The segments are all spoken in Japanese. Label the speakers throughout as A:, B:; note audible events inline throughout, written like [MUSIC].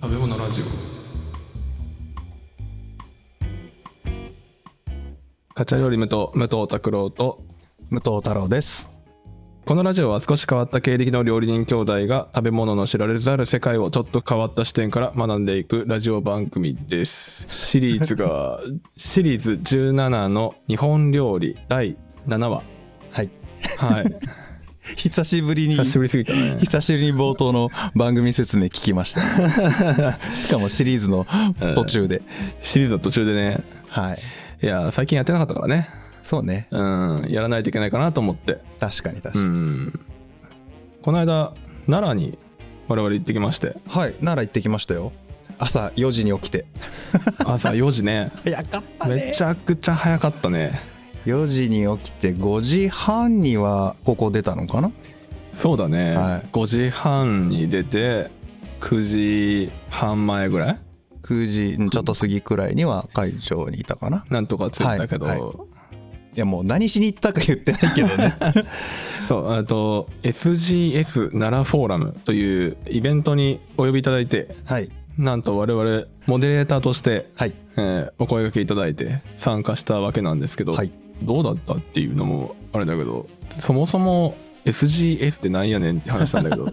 A: 食べ物ラジオカチャ料理無糖武藤拓郎と
B: 武藤太郎です
A: このラジオは少し変わった経歴の料理人兄弟が食べ物の知られざる世界をちょっと変わった視点から学んでいくラジオ番組ですシリーズがシリーズ17の日本料理第7話
B: はい
A: [LAUGHS] はい
B: 久しぶりに
A: 久しぶりすぎた [LAUGHS] ね
B: 久しぶりに冒頭の番組説明聞きました
A: [LAUGHS]
B: しかもシリーズの途中で、
A: シリーズの途中でね
B: はい
A: いや最近やってなかったからね
B: そうね
A: うんやらないといけないかなと思って
B: 確かに確か
A: う
B: に、
A: んこの間奈良に我々行ってきまして
B: [LAUGHS] はい奈良行ってきましたよ朝4時に起きて
A: 朝4時ね
B: 早かった
A: めちゃくちゃ早かったね
B: 4時に起きて5時半にはここ出たのかな
A: そうだね、
B: はい
A: 5時半に出て9時半前ぐらい
B: 9時うんちょっと過ぎくらいには会場にいたかな
A: なんとか着いたけど、
B: はいはいやもう何しに行ったか言ってないけど
A: [LAUGHS]
B: ね
A: そうあと SGS 奈良フォーラムというイベントにお呼びいただいて
B: はい
A: なんと我々モデレーターとして、
B: はい
A: えーお声掛けいただいて参加したわけなんですけど、
B: はい
A: どうだったっていうのもあれだけどそもそも SGS ってなんやねんって話なんだけ
B: [LAUGHS]
A: ど、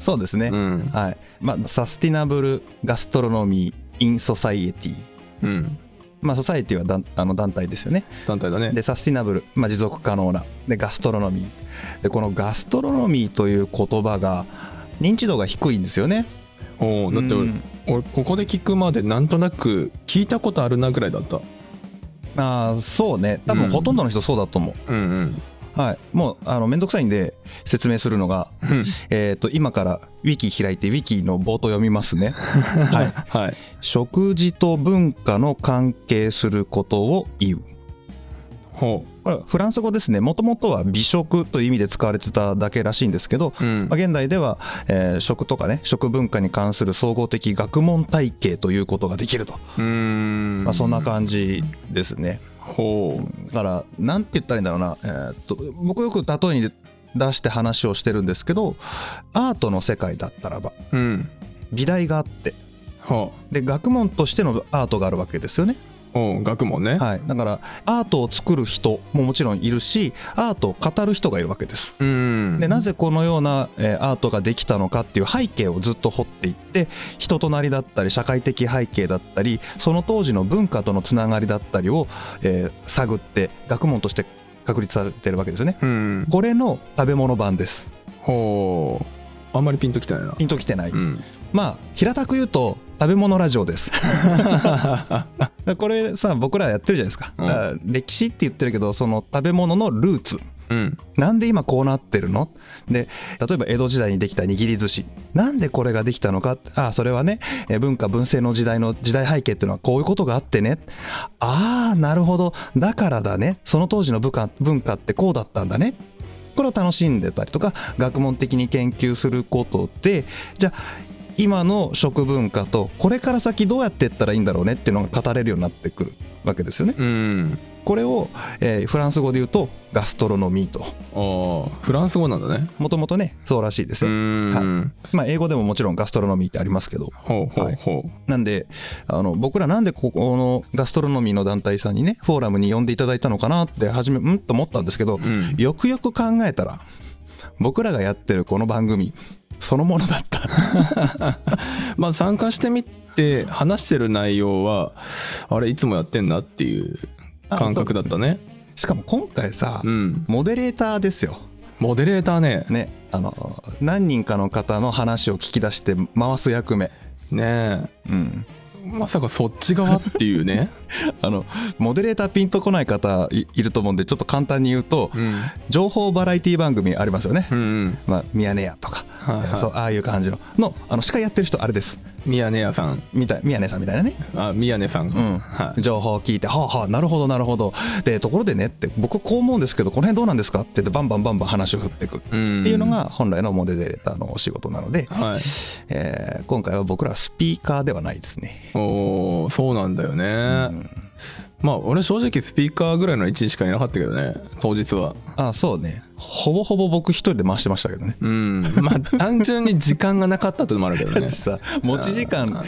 B: そうですね、
A: うん
B: はいまあサスティナブルガストロノミー・イン・ソサイエティ
A: うん、
B: まあソサイエティは団あの団体ですよね
A: 団体だね
B: でサスティナブル、まあ、持続可能なでガストロノミーでこのガストロノミーという言葉が認知度が低いんですよね
A: おおだって俺,、
B: うん
A: 俺ここで聞くまでなんとなく聞いたことあるなぐらいだった
B: ああそうね多分ほとんどの人そうだと思う、
A: うんうん
B: はいもうあのめんどくさいんで説明するのがえっと今からウィキ開いてウィキの冒頭読みます
A: [LAUGHS]
B: ねはい
A: [LAUGHS] はい
B: 食事と文化の関係することを言う
A: ほ
B: これはフランス語ですねもともとは美食という意味で使われてただけらしいんですけど、
A: ううん
B: まあ、現代では、えー食とかね食文化に関する総合的学問体系ということができると、
A: うーん
B: まあ、そんな感じですね
A: ほう
B: だからなんて言ったらいいんだろうな、えーっと僕よく例えに出して話をしてるんですけどアートの世界だったらば
A: うん
B: 美大があって
A: ほう
B: で学問としてのアートがあるわけですよね、
A: おう学問ね、
B: はい、だからアートを作る人ももちろんいるしアートを語る人がいるわけです
A: うん
B: でなぜこのような、えーアートができたのかっていう背景をずっと掘っていって人となりだったり社会的背景だったりその当時の文化とのつながりだったりを、えー探って学問として確立されてるわけですよね。
A: うん
B: これの食べ物版です。
A: ほうあんまりピンときてないな
B: ピンときてない。
A: うん
B: まあ平たく言うと食べ物ラジ
A: [LAUGHS]
B: オです。これさ僕らやってるじゃないですか。
A: うん
B: だから歴史って言ってるけどその食べ物のルーツ。
A: うん
B: なんで今こうなってるので、例えば江戸時代にできた握り寿司。なんでこれができたのかああ、それはね、えー文化文政の時代の時代背景っていうのはこういうことがあってね。ああ、なるほど。だからだね。その当時の文化文化ってこうだったんだね。これを楽しんでたりとか、学問的に研究することで、じゃあ、今の食文化とこれから先どうやっていったらいいんだろうねっていうのが語れるようになってくるわけですよね。
A: うん
B: これを、えーフランス語で言うとガストロノミーと
A: ああフランス語なんだね
B: もともとね、そうらしいです
A: う
B: よ。
A: ん、
B: はまあ、英語でももちろんガストロノミーってありますけど。
A: ほうほうほ
B: なんで、あの、僕らなんでここのガストロノミーの団体さんにね、フォーラムに呼んでいただいたのかなって初め、うんと思ったんですけど、
A: ん
B: よくよく考えたら、僕らがやってるこの番組、そのものだった。 [LAUGHS]
A: うまあ参加してみて話してる内容はあれいつもやってんなっていう感覚だったね
B: しかも今回さ、
A: うん
B: モデレーターですよ。
A: モデレーターね
B: ね、あの、何人かの方の話を聞き出して回す役目。
A: ね
B: うん。
A: えまさかそっち側っていうね
B: あの、モデレーターピンとこない方いいると思うんで、ちょっと簡単に言うと、
A: うん
B: 情報バラエティ番組ありますよね。
A: [LAUGHS] うんうん
B: まあ、ミヤネ屋とか、
A: はいはい
B: そう、ああいう感じの、の、あの、司会やってる人、あれです。
A: 宮根屋さん
B: みたい、ミヤネさんみたいなね。
A: あ宮根さん、
B: うん。
A: はい
B: 情報を聞いて、はあはあ、なるほど、なるほど。で、ところでねって、僕こう思うんですけど、この辺どうなんですかって言って、バンバンバンバン話を振っていく。って
A: ん
B: いうのが、本来のモデレーターのお仕事なので、
A: はい
B: えー今回は僕らはスピーカーではないですね。
A: おーそうなんだよね、まあ俺正直スピーカーぐらいの位置しかいなかったけどね当日は
B: あそうね。ほぼほぼ僕一人で回してましたけどね。
A: うん [LAUGHS] まあ単純に時間がなかったというのもあるけど
B: だ
A: ね
B: ってさ、持ち時間、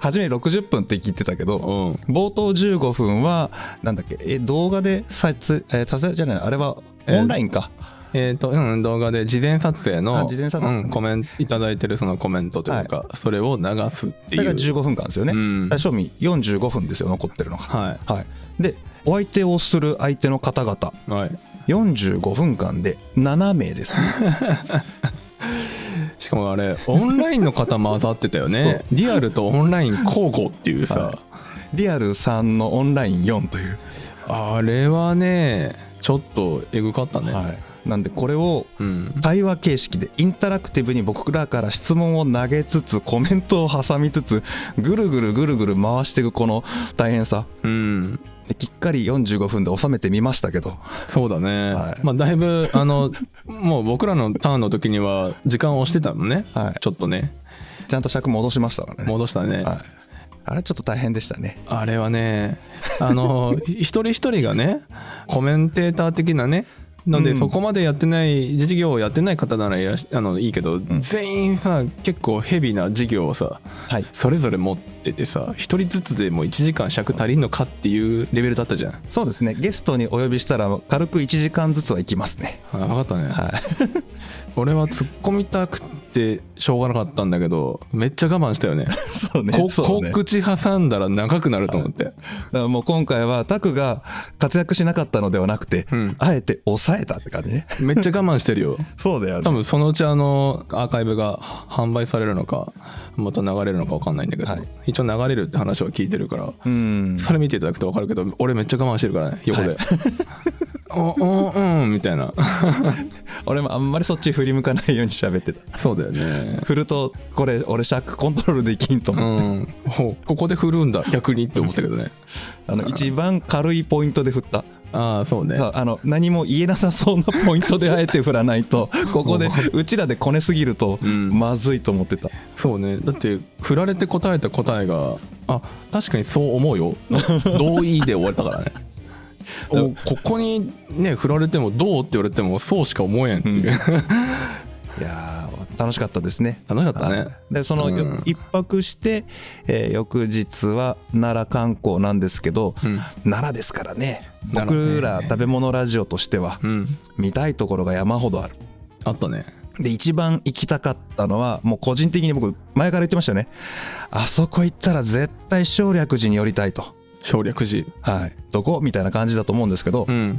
B: 初め60分って聞いてたけど、
A: うん
B: 冒頭15分は、なんだっけ、え、動画で撮影、えー撮影じゃない、あれは
A: えー
B: オンラインか。
A: えっ、と、うん、動画で事前撮影の
B: あ事前撮影
A: うん、コメントいただいてるそのコメントというか、それを流すってい
B: だ
A: う
B: から15分間ですよね。
A: うん
B: だから正味45分ですよ、残ってるのが。
A: は
B: はい。で、お相手をする相手の方々、
A: いはい
B: 45分間で7名で
A: [LAUGHS]
B: す、ね。
A: しかもあれオンラインの方混ざってたよねリアルとオンライン交互っていうさ、
B: はいリアル3のオンライン4という。
A: あれはねちょっとえぐかったね、
B: はい。なんで、これを、
A: うん
B: 対話形式でインタラクティブに僕らから質問を投げつつコメントを挟みつつぐるぐるぐるぐる回していくこの大変さ
A: うん
B: できっかり45分で収めてみましたけど
A: そうだね、
B: はい
A: まあだいぶあのもう僕らのターンの時には時間を押してたのね、
B: はい
A: ちょっとね
B: ちゃんと尺戻しましたからね、
A: 戻したね、
B: はい、あれちょっと大変でしたね
A: あれはね、あの、 [LAUGHS] 一人一人がね、コメンテーター的なね、ので、
B: うん
A: そこまでやってない、事業をやってない方ならいらしあのいいけど、全員さ、結構ヘビーな事業をさ、
B: はい
A: それぞれ持っててさ、一人ずつでも1時間尺足りんのかっていうレベルだったじゃん。
B: そうですねゲストにお呼びしたら軽く1時間ずつは行きますね
A: あ分かったね。
B: はい [LAUGHS]
A: 俺は突っ込みたくてしょうがなかったんだけど、めっちゃ我慢したよね。
B: そう [LAUGHS] ね
A: こ
B: そうね
A: 告知挟んだら長くなると思って。
B: だからもう今回はタクが活躍しなかったのではなくて、
A: うん
B: あえて抑えたって感じね [LAUGHS]
A: めっちゃ我慢してるよ。
B: そうだよね
A: 多分そのうちあのアーカイブが販売されるのかまた流れるのか分かんないんだけど、
B: はい
A: 一応流れるって話は聞いてるから、
B: うん
A: それ見ていただくと分かるけど俺めっちゃ我慢してるからね横で、 [LAUGHS] おおうんみたいな
B: 俺もあんまりそっち振り向かないように喋ってた。
A: そうだよね
B: 振ると、これ、俺、シャックコントロールできんと
A: う
B: 思う。
A: んほうここで振るんだ逆にって思ったけどね
B: あの、一番軽いポイントで振った。
A: ああそうね
B: さあの、何も言えなさそうなポイントであえて振らな
A: [LAUGHS]
B: いと、ここで、うちらでこねすぎると、
A: ん
B: まずいと思ってた。
A: そうねだって振られて答えた答えがあ確かにそう思うよ同意で終わったから
B: [LAUGHS]
A: ねおここにね振られてもどうって言われてもそうしか思えんっていう、
B: いやー、楽しかったですね。
A: 楽しかったね
B: はいで、その、よ
A: うん
B: 一泊して、えー翌日は奈良観光なんですけど、奈良ですからね。
A: 奈良ね
B: 僕ら食べ物ラジオとしては、
A: うん
B: 見たいところが山ほどある。
A: あったね
B: で、一番行きたかったのは、もう個人的に僕、前から言ってましたよね。あそこ行ったら絶対省略寺に寄りたいと。
A: 省略時
B: はい。どこみたいな感じだと思うんですけど、
A: うん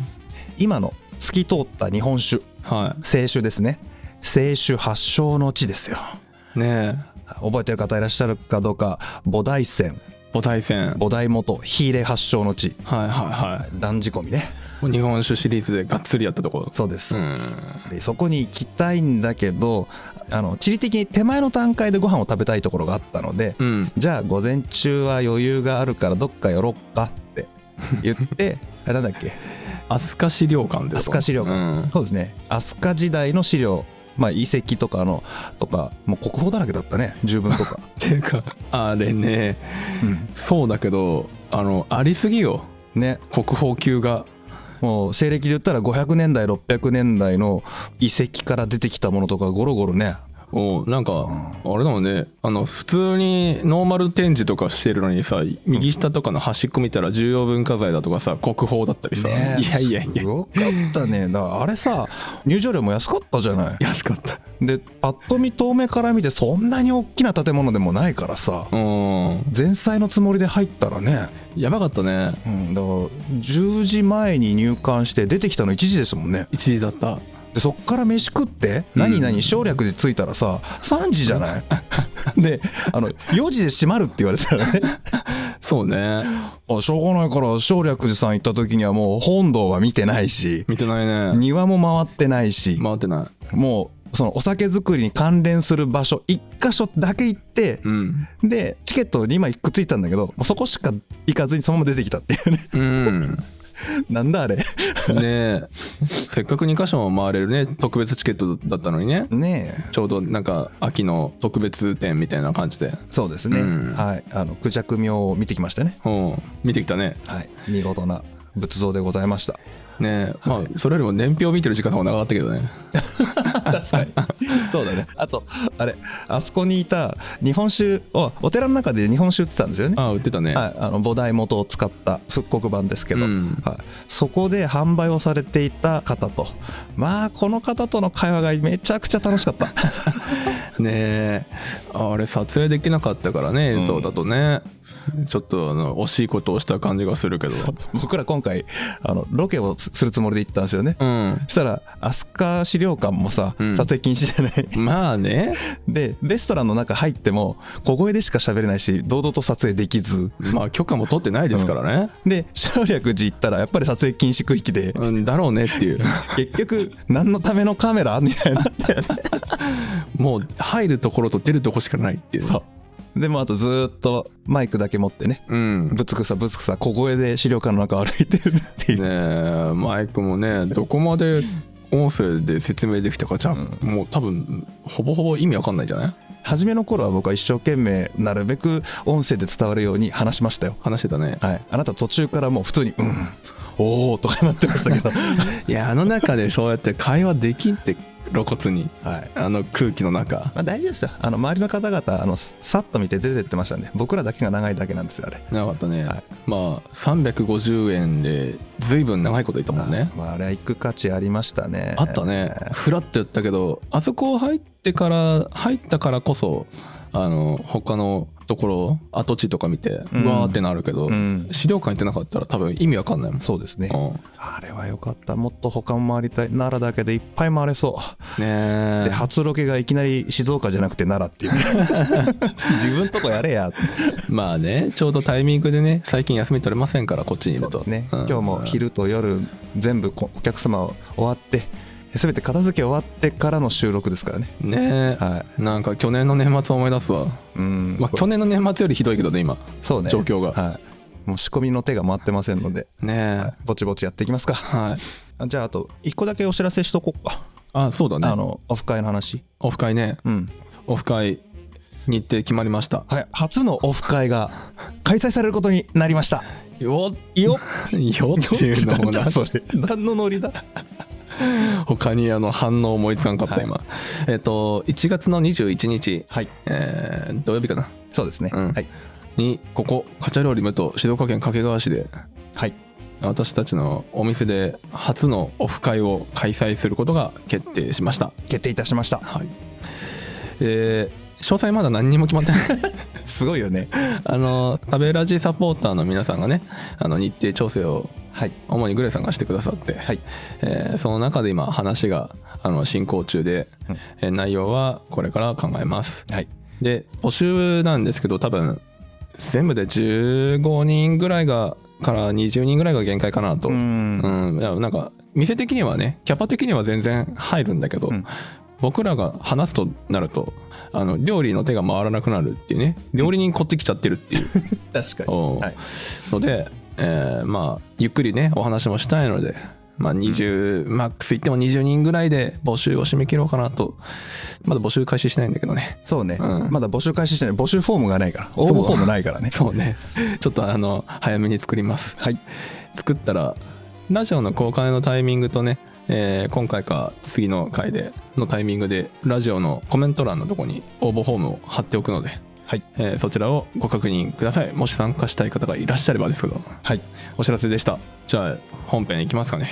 B: 今の透き通った日本酒、
A: は
B: 清酒ですね。清酒発祥の地ですよ。
A: いね
B: 覚えてる方いらっしゃるかどうか、菩提泉、
A: え母体戦はい
B: 菩提元、火入れ発祥の地、
A: はいは
B: 断じ込みね。
A: い日本酒シリーズでがっつりやったところ
B: そうです、そうです。でそこに行きたいんだけど、あの、地理的に手前の段階でご飯を食べたいところがあったので、
A: うん
B: じゃあ午前中は余裕があるからどっか寄ろっかって言って
A: [LAUGHS]
B: あれなんだっけ
A: 飛鳥資料館で
B: 飛鳥資料館、そうですね飛鳥時代の資料まあ遺跡とかのとかもう国宝だらけだったね十分
A: [LAUGHS]
B: とか
A: っていうかあれね、そうだけどあのありすぎよ
B: ね
A: 国宝級が
B: もう西暦で言ったら500年代600年代の遺跡から出てきたものとかゴロゴロね
A: おなんかあれだもんねあの普通にノーマル展示とかしてるのにさ右下とかの端っこ見たら重要文化財だとかさ国宝だったりさ、
B: ね
A: いやいやいや
B: すごかったねだからあれさ入場料も安かったじゃない
A: 安かった
B: でパッと見遠目から見てそんなに大きな建物でもないからさ
A: うん
B: 前菜のつもりで入ったらね
A: やばかったね
B: うん、だから10時前に入館して出てきたの1時ですもんね
A: 1時だった
B: でそっから飯食って何々省略時着いたらさ3時じゃ [LAUGHS] ないであの4時で閉まるって言われたらね
A: そうね
B: あしょうがないから省略時さん行った時にはもう本堂は見てないし
A: 見てないね
B: 庭も回ってないし
A: 回ってな
B: もうそのお酒造りに関連する場所1箇所だけ行って
A: いうん
B: でチケット2枚くっついたんだけどもうそこしか行かずにそのまま出てきたっていうね [LAUGHS]
A: うん
B: なんだあれ。
A: ねえ。せっかく2カ所も回れるね、特別チケットだったのにね。
B: ねえ。
A: ちょうどなんか秋の特別展みたいな感じで。
B: そうですね。
A: うん
B: はい。あの、クジャク廟を見てきましたね。
A: うん。見てきたね。
B: はい。見事な仏像でござい
A: [LAUGHS]
B: ました。
A: ねえ。まあ、それよりも年表見てる時間の方が長かったけどね。
B: 確かに。 [LAUGHS] そうだね。あと、あれ、あそこにいた日本酒を、お寺の中で日本酒売ってたんですよね。
A: ああ、売ってたね。
B: はい、あの菩提元を使った復刻版ですけど、
A: うん
B: はい、そこで販売をされていた方とまあこの方との会話がめちゃくちゃ楽しかった [LAUGHS]
A: ねえあれ撮影できなかったからね映像だとね、ちょっとあの惜しいことをした感じがするけど
B: 僕ら今回あのロケをすするつもりで行ったんですよね、
A: うん
B: そしたら飛鳥資料館もさ、
A: うん
B: 撮影禁止じゃない
A: まあね
B: でレストランの中入っても小声でしか喋れないし堂々と撮影できず
A: まあ許可も取ってないですからね、
B: で省略寺行ったらやっぱり撮影禁止区域で
A: うん、だろうねって [LAUGHS] いう
B: 結局何のためのカメラみたいな
A: もう入るところと出るとこしかないっていう
B: そう。でもあとずーっとマイクだけ持ってね、
A: うんね
B: ぶつくさぶつくさ小声で資料館の中歩いてるっていう。
A: えマイクもねどこまで音声で説明できたかじゃあ、もう多分ほぼほぼ意味わかんないじゃない
B: 初めの頃は僕は一生懸命なるべく音声で伝わるように話しましたよ。
A: 話してたね
B: はい。あなた途中からもう普通に、うん、おーとかなってましたけど。
A: [LAUGHS] いやあの中でそうやって会話できんって露骨に
B: はい。
A: あの空気の中
B: まあ大丈夫ですよ。あの、周りの方々、あの、さっと見て出てってましたね。僕らだけが長いだけなんですよ、あれ。
A: 長かったね、
B: はい
A: まあ350円で随分長いこといたもんね
B: まあ、あれは行く価値ありましたね。
A: あったねフラッとやったけどあそこ入ってから入ったからこそあの他のところ跡地とか見て、うんわーってなるけど、
B: うん
A: 資料館行ってなかったら多分意味わかんないもん
B: そうですね。
A: うん
B: あれは良かった。もっと他も回りたい。奈良だけでいっぱい回れそう。
A: ね
B: で、
A: え
B: 初ロケがいきなり静岡じゃなくて奈良っていう。
A: [LAUGHS]
B: 自分とこやれや。
A: まあねちょうどタイミングでね最近休み取れませんからこっちにい
B: そ
A: る
B: う
A: と
B: ですね。
A: うん
B: 今日も昼と夜、全部こお客様を終わって、すべて片付け終わってからの収録ですからね。
A: ねえ、
B: は
A: なんか去年の年末思い出すわ、
B: うん。
A: まあ、去年の年末よりひどいけどね今
B: そうね。
A: 状況が
B: はい。もう仕込みの手が回ってませんので、
A: ねえ、
B: ぼちぼちやっていきますか。
A: はい
B: あじゃあ、あと、一個だけお知らせしとこうか。
A: あそうだね
B: あの、オフ会の話。
A: オフ会ね
B: うん。
A: オフ会日程決まりました
B: はい。初のオフ会が [LAUGHS] 開催されることになりました。
A: [LAUGHS] よ
B: よっ
A: っよっていうの
B: な
A: も
B: んだ [LAUGHS]
A: な
B: それ。何のノリだ
A: 他にあの反応思いつかんかった今、えっ、と1月の21日、
B: はい。
A: えー土曜日かな
B: そうですね。
A: うん
B: はい。
A: にここカチャ料理無と静岡県掛川市で
B: はい。
A: 私たちのお店で初のオフ会を開催することが決定しました
B: 決定いたしました。
A: はいえー詳細まだ何にも決まってない [LAUGHS]
B: すごいよね。
A: あの食べラジサポーターの皆さんがねあの日程調整を
B: はい。
A: 主にグレイさんがしてくださって、
B: はい。
A: えーその中で今話があの進行中で、
B: うん
A: えー内容はこれから考えます
B: はい。
A: で募集なんですけど多分全部で15人ぐらいがから20人ぐらいが限界かなと
B: うーん。
A: うん、いやなんか店的にはねキャパ的には全然入るんだけど、
B: ん
A: 僕らが話すとなるとあの料理の手が回らなくなるっていうね料理人こってきちゃってるっていう
B: 確かに。
A: おう
B: はい。
A: ので、えーまあゆっくりねお話もしたいので、まあ、20、マックスいっても20人ぐらいで募集を締め切ろうかなとまだ募集開始してないんだけどね
B: そうね、
A: うん
B: まだ募集開始してない。募集フォームがないから。応募フォームないからね。
A: そうねちょっとあの早めに作ります
B: はい。
A: 作ったらラジオの公開のタイミングとね、えー今回か次の回でのタイミングでラジオのコメント欄のとこに応募フォームを貼っておくので、
B: はい。
A: えーそちらをご確認くださいもし参加したい方がいらっしゃればですけど
B: はい。
A: お知らせでしたじゃあ本編いきますかね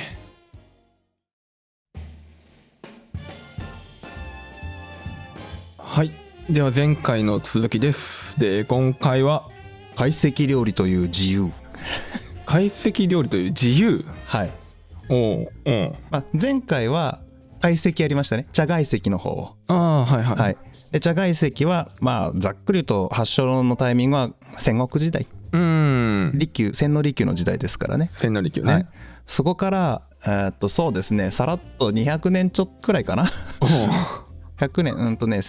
A: はいでは前回の続きですで今回は
B: 懐石料理という自由。
A: 懐石料理という自由
B: はい。
A: おううん
B: まあ、前回は、懐石やりましたね。茶外石の方を。
A: ああはいはい、
B: はい。で、茶外石は、まあ、ざっくりと発祥のタイミングは戦国時代。
A: うーん
B: 利休、戦の利休の時代ですからね。
A: 千利休ね、
B: はい。そこから、えーっと、そうですね、さらっと200年ちょっとくらいかな。 [LAUGHS]
A: おう
B: 100年、うんとね、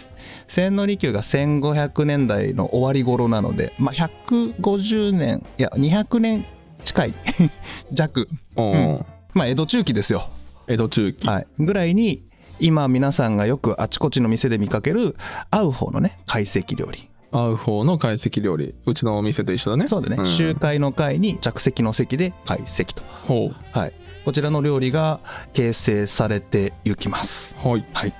B: 千利休が1500年代の終わり頃なので、まあ、150年、いや、200年近い [LAUGHS] 弱
A: うん、
B: まあ江戸中期ですよ
A: 江戸中期、
B: はい、ぐらいに今皆さんがよくあちこちの店で見かける合う方のね懐石料理
A: 合う方の懐石料理うちのお店と一緒だね
B: そうだね、
A: ん
B: 集会の会に着席の席で懐石と、
A: ほ
B: はい、こちらの料理が形成されていきます
A: うはい
B: はい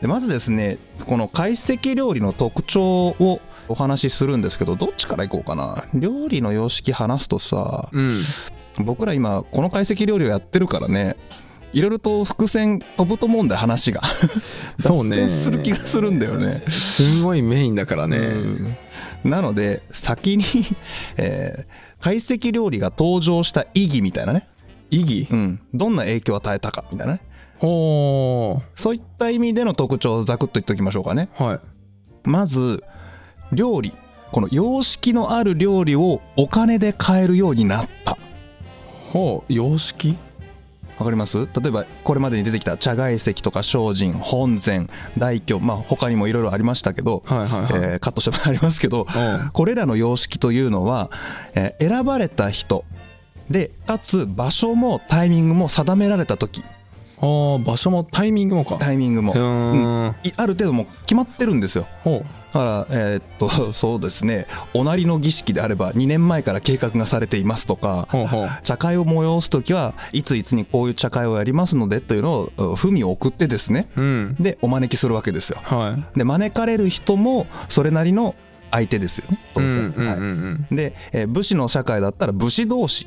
B: でまずですねこの懐石料理の特徴をお話しするんですけどどっちからいこうかな料理の様式話すとさ、
A: うん
B: [LAUGHS] 僕ら今この懐石料理をやってるからねいろいろと伏線飛ぶと思うんだよ話が
A: そうね
B: 脱線する気がするんだよね
A: すごいメインだからね、
B: うんなので先に [LAUGHS] えー懐石料理が登場した意義みたいなね、
A: 意義
B: うん、どんな影響を与えたかみたいなね
A: ほ
B: そういった意味での特徴をざくっと言っておきましょうかね
A: うはい
B: まず料理この様式のある料理をお金で買えるようになった
A: ほう様式
B: わかります例えばこれまでに出てきた茶外石とか精進本膳大居まあ他にもいろいろありましたけど、
A: はいはいはい、
B: えーカットしてもらいますけど
A: うん
B: これらの様式というのは、えー選ばれた人でかつ場所もタイミングも定められた時
A: ああ場所もタイミングもか
B: タイミングも
A: うーん
B: いある程度もう決まってるんですよ
A: ほ
B: だからえーっとそうですねおなりの儀式であれば2年前から計画がされていますとか
A: うほうほう
B: 茶会を催す時はいついつにこういう茶会をやりますのでというのを文を送ってですね
A: うん
B: でお招きするわけですよ
A: は
B: で招かれる人もそれなりの相手ですよね
A: い
B: 当
A: う
B: 然、
A: んうんう
B: はい
A: んうん
B: で、えー武士の社会だったら武士同士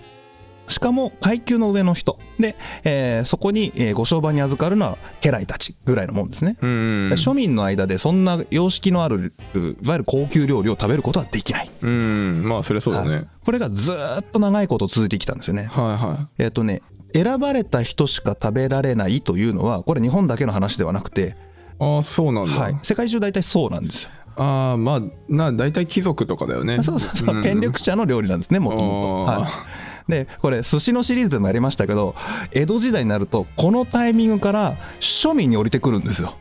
B: しかも階級の上の人で、えーそこに、えーご商売に預かるのは家来たちぐらいのもんですね、
A: うん
B: 庶民の間でそんな様式のあるういわゆる高級料理を食べることはできない、
A: うんまあそりゃそうだ
B: は
A: ね
B: いこれがずーっと長いこと続いてきたんですよね
A: はいは
B: えっ、とね選ばれた人しか食べられないというのはこれ日本だけの話ではなくて、
A: いああそうなんだ、
B: はい、世界中大体そうなんですよ
A: ああまあな大体貴族とかだよね
B: そうそうそう、
A: ん
B: 権力者の料理なんですね、もともと。
A: あー
B: はいで、これ、寿司のシリーズでもやりましたけど、江戸時代になると、このタイミングから庶民に降りてくるんですよ。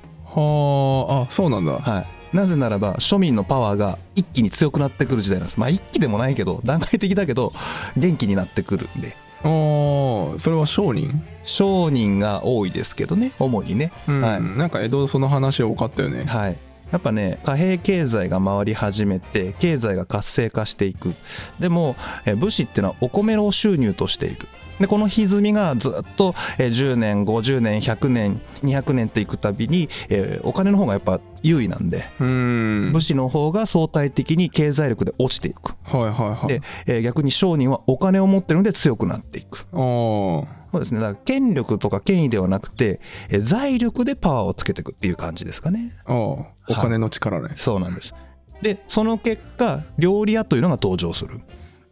A: はああそうなんだ、
B: はい。なぜならば、庶民のパワーが一気に強くなってくる時代なんです。まあ、一気でもないけど、段階的だけど、元気になってくるんで。
A: おーそれは商人、
B: 商人が多いですけどね、主にね。
A: うん
B: はい。
A: なんか江戸その話多かったよね
B: はい。やっぱね、貨幣経済が回り始めて、経済が活性化していく。でも、えー武士っていうのはお米を収入としている。で、この歪みがずっと、えー10年、50年、100年、200年っていくたびに、えーお金の方がやっぱ優位なんで、
A: うん
B: 武士の方が相対的に経済力で落ちていく。
A: はいはいはい
B: で、えー逆に商人はお金を持ってるので強くなっていく。
A: あー
B: そうですね。だから権力とか権威ではなくて、えー財力でパワーをつけていくっていう感じですかね。
A: あーお金の力ね、
B: そうなんです。で、その結果、料理屋というのが登場する。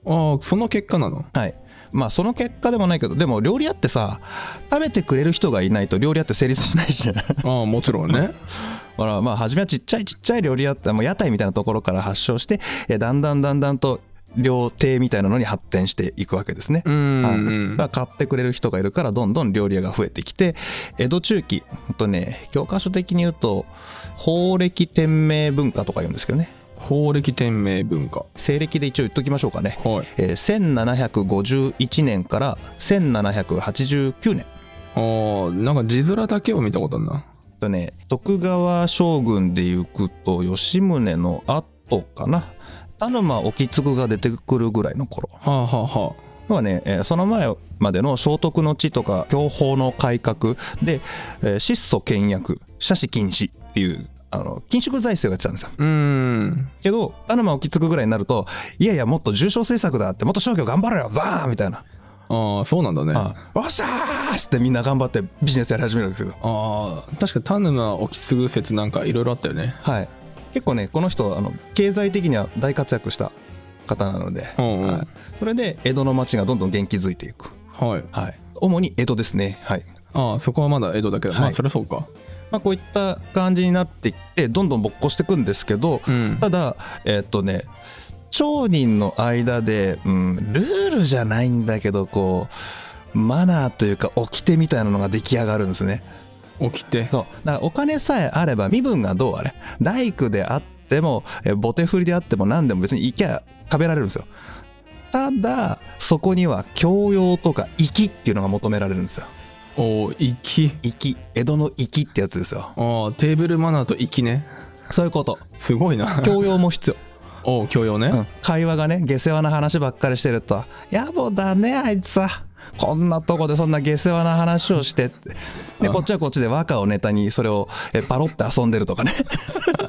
A: ああその結果なの
B: はい。まあ、その結果でもないけど、でも料理屋ってさ、食べてくれる人がいないと料理屋って成立しないじゃん。 [LAUGHS] だか
A: ああもちろん
B: [LAUGHS]
A: ね
B: ら、まあ、初めはちっちゃいちっちゃい料理屋って、もう屋台みたいなところから発祥して、えだんだんだんだんと料亭みたいなのに発展していくわけですね。
A: うん、
B: はい
A: うん
B: だから買ってくれる人がいるからどんどん料理屋が増えてきて江戸中期ほんとね教科書的に言うと法暦天明文化とか言うんですけどね
A: 法暦天明文化
B: 西暦で一応言っときましょうかね
A: はい
B: えー1751年から1789年
A: ああなんか字面だけを見たことあるな
B: とね徳川将軍で行くと吉宗の後かな田沼意次が出てくるぐらいの頃
A: はあはあは
B: 要はね、えーその前までの聖徳の地とか享保の改革で、えー質素倹約奢侈禁止っていうあの緊縮財政をやってたんですよ
A: あうん
B: けど田沼意次ぐらいになるといやいやもっと重症政策だってもっと商業頑張れよバーンみたいな
A: ああそうなんだねあ
B: あおっしゃーっつってみんな頑張ってビジネスやり始めるんですよ。
A: あー確か田沼意次説なんかいろいろあったよね
B: はい。結構ね、この人、あの、経済的には大活躍した方なので、
A: うんうん
B: はい、それで江戸の町がどんどん元気づいていく。
A: はい
B: はい。主に江戸ですね。はい。
A: ああそこはまだ江戸だけど、ま
B: は
A: あ
B: い
A: そりゃそうか
B: まあ、こういった感じになっていって、どんどん勃興していくんですけど、
A: うん
B: ただ、えっとね、町人の間で、うん、ルールじゃないんだけど、こう、マナーというか、掟みたいなのが出来上がるんですね。
A: 起きて
B: そう。だからお金さえあれば身分がどうあれ。大工であっても、えーボテ振りであっても何でも別に行きゃ食べられるんですよ。ただそこには教養とか粋っていうのが求められるんですよ
A: おお粋
B: 粋江戸の粋ってやつですよ
A: ああテーブルマナーと粋ね
B: そういうこと
A: すごいな
B: 教養も必要
A: おお教養ね、
B: うん、会話がね、下世話な話ばっかりしてると、野暮だね、あいつは。こんなとこでそんな下世話な話をしてって。で、こっちはこっちで和歌をネタにそれをえパロって遊んでるとかね。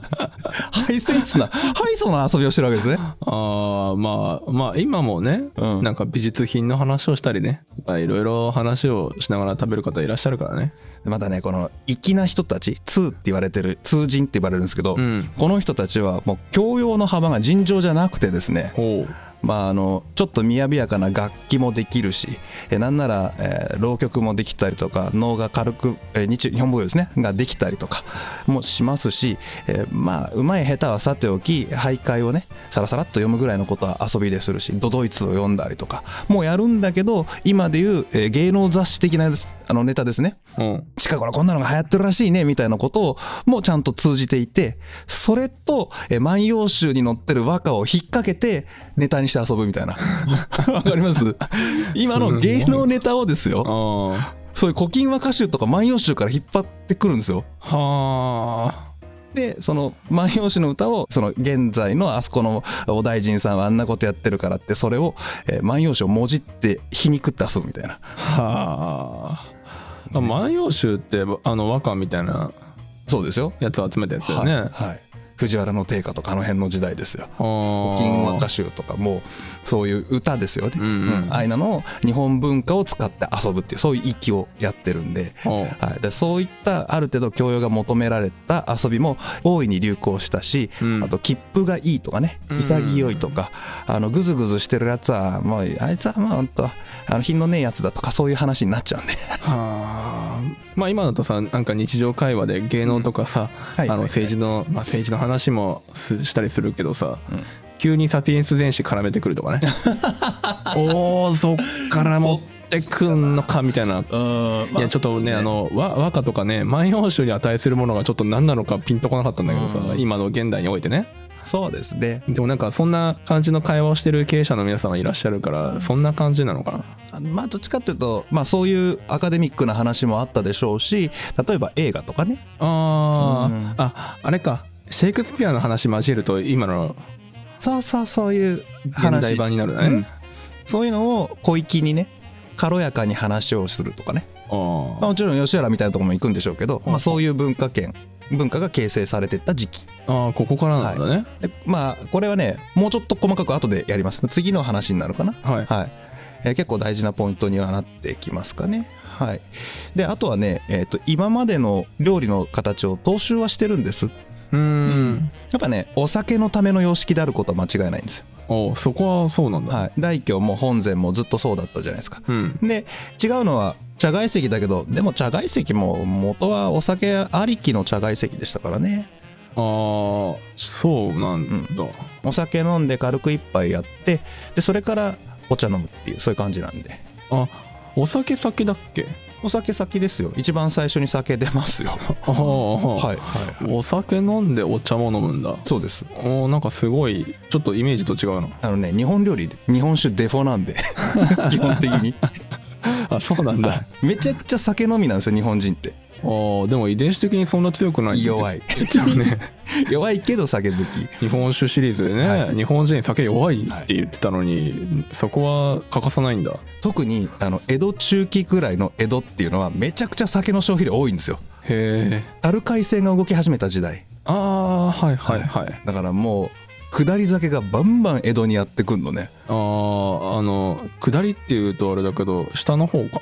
B: ハイセンスな、ハイソな遊びをしてるわけですね。
A: ああまあまあ今もね、
B: うん
A: なんか美術品の話をしたりねまあいろいろ話をしながら食べる方いらっしゃるからね
B: またね、この、粋な人たち、通って言われてる、通人って言われるんですけど、
A: ん
B: この人たちはもう教養の幅が尋常じゃなくてですね、
A: おう
B: まあ、あのちょっとみやびやかな楽器もできるしえなんなら、えー浪曲もできたりとか能が軽く、えー日日本舞踊ですねができたりとかもしますし、えーまあうまい下手はさておき俳諧をねさらさらっと読むぐらいのことは遊びでするしドドイツを読んだりとかもうやるんだけど今でいう、えー芸能雑誌的なですあのネタですね
A: うん
B: 近頃こんなのが流行ってるらしいね、みたいなことを、もうちゃんと通じていて、それと、えー万葉集に載ってる和歌を引っ掛けて、ネタにして遊ぶみたいな。 [LAUGHS] わかります今の芸能ネタをですよ、
A: あ
B: そういう古今和歌集とか万葉集から引っ張ってくるんですよ。
A: あはあ
B: で、その万葉集の歌を、その現在のあそこのお大臣さんはあんなことやってるからって、それを、えー万葉集をもじって皮肉って遊ぶみたいな。
A: はああ万葉集ってあの和歌みたいな
B: そうですよ。
A: やつを集めたやつだよ
B: はい。
A: ね、
B: はい。藤原の定家とかあの辺の時代ですよ。
A: 古
B: 古今和歌集とかもそういう歌ですよね、
A: うんうん
B: ああいうのの日本文化を使って遊ぶっていうそういう域をやってるんで,、
A: おう
B: はい、でそういったある程度教養が求められた遊びも大いに流行したし、
A: うん
B: あと切符がいいとかね
A: うん
B: 潔いとか、あのグズグズしてるやつはもうあいつはまあ本当あの品のねえやつだとかそういう話になっちゃうん
A: [LAUGHS]
B: で
A: はあまあ今だとさなんか日常会話で芸能とかさ、
B: はい
A: あの
B: はい
A: 政治の、まあ、政治の話もすしたりするけどさ、
B: ん
A: 急にサピエンス全史絡めてくる
B: [LAUGHS]
A: とかねおおそっから持ってくんのかみたいな。
B: うん
A: いやちょっとねあの和和歌とかね「万葉集」に値するものがちょっと何なのかピンとこなかったんだけどさ、
B: うん
A: 今の現代においてね
B: そうですね
A: でもなんかそんな感じの会話をしてる経営者の皆さんがいらっしゃるからそんな感じなのかな
B: あのまあどっちかっていうと、まあ、そういうアカデミックな話もあったでしょうし例えば映画とかね
A: あー、
B: うん
A: ああれかシェイクスピアの話交えると今の
B: そうそうそういう
A: 現代
B: 話
A: 版になるね
B: そういうのを小粋にね軽やかに話をするとかね、
A: あー
B: まあ、もちろん吉原みたいなところも行くんでしょうけど、
A: う
B: ま
A: ん
B: あ、そういう文化圏文化が形成されてった時期
A: あーここからなんだね、
B: でまあこれはねもうちょっと細かく後でやります次の話になるかな
A: はい
B: えー結構大事なポイントにはなってきますかねはいであとはね、えー、と今までの料理の形を踏襲はしてるんですや
A: うーん
B: っぱねお酒のための様式であることは間違いないんですよ
A: おうそこはそうなんだ、
B: はい、大京も本膳もずっとそうだったじゃないですか。
A: うん
B: で違うのは茶外石だけどでも茶外石も元はお酒ありきの茶外石でしたからね
A: あーそうなんだ、
B: お酒飲んで軽く一杯やってでそれからお茶飲むっていうそういう感じなんで
A: あお酒先だっけ
B: お酒先ですよ一番最初に酒出ますよは
A: ああ、
B: いはい
A: お酒飲んでお茶も飲むんだ
B: そうです
A: おーなんかすごいちょっとイメージと違うな
B: あのね日本料理日本酒デフ
A: [LAUGHS]
B: ォなんで基本的に
A: あそうなんだ
B: めちゃくちゃ酒飲みなんですよ日本人って
A: あーでも遺伝子的にそんな強くない
B: 弱い
A: ね
B: [LAUGHS] 弱いけど酒好き
A: 日本酒シリーズでね、
B: はい
A: 日本人酒弱いって言ってたのに、そこは欠かさないんだ
B: 特にあの江戸中期くらいの江戸っていうのはめちゃくちゃ酒の消費量多いんですよ
A: へえ
B: 樽海戦が動き始めた時代
A: あーはいはいはい、あ
B: だからもう下り酒がバンバン江戸にやってくんのね
A: あーあの下りっていうとあれだけど下の方か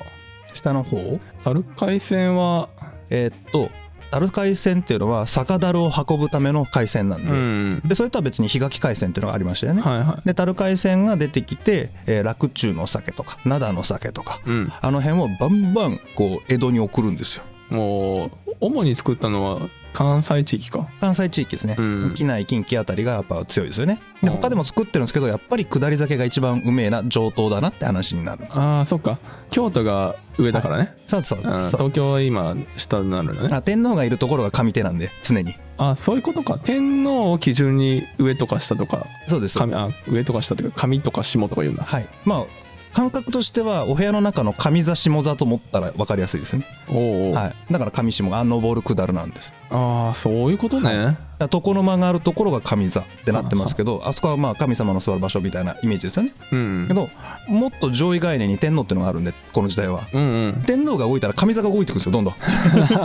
B: 下の方
A: 樽海鮮は
B: えーっと樽海戦っていうのは酒樽を運ぶための海戦なんで、
A: うん
B: でそれとは別に日垣海戦っていうのがありましたよね、
A: はいはい
B: で樽海戦が出てきて、えー、洛中の酒とか灘の酒とか、
A: うん
B: あの辺をバンバンこう江戸に送るんですよ
A: もう主に作ったのは関西地域か
B: 関西地域ですね、
A: うん
B: 機内近畿あたりがやっぱ強いですよねで
A: うん
B: 他でも作ってるんですけどやっぱり下り酒が一番うめえな上等だなって話になる
A: ああそっか京都が上だからね、
B: そうですそうです
A: うん
B: そう
A: 東
B: です
A: 京は今下になるのね
B: あ天皇がいるところが上手なんで常に
A: あそういうことか天皇を基準に上とか下とか
B: そうですそう
A: 上
B: です
A: あ上とか下とか上とか下とか言うんだ
B: はいまあ感覚としてはお部屋の中の上座下座と思ったら分かりやすいですね、
A: おうおう、
B: はい、だから上下があ上る下るなんです
A: ああそういうことね、
B: だから床の間があるところが上座ってなってますけどあそこはまあ神様の座る場所みたいなイメージですよね
A: うん
B: けどもっと上位概念に天皇ってのがあるんでこの時代は
A: うんうん
B: 天皇が動いたら上座が動いてくんですよどんどん
A: [LAUGHS]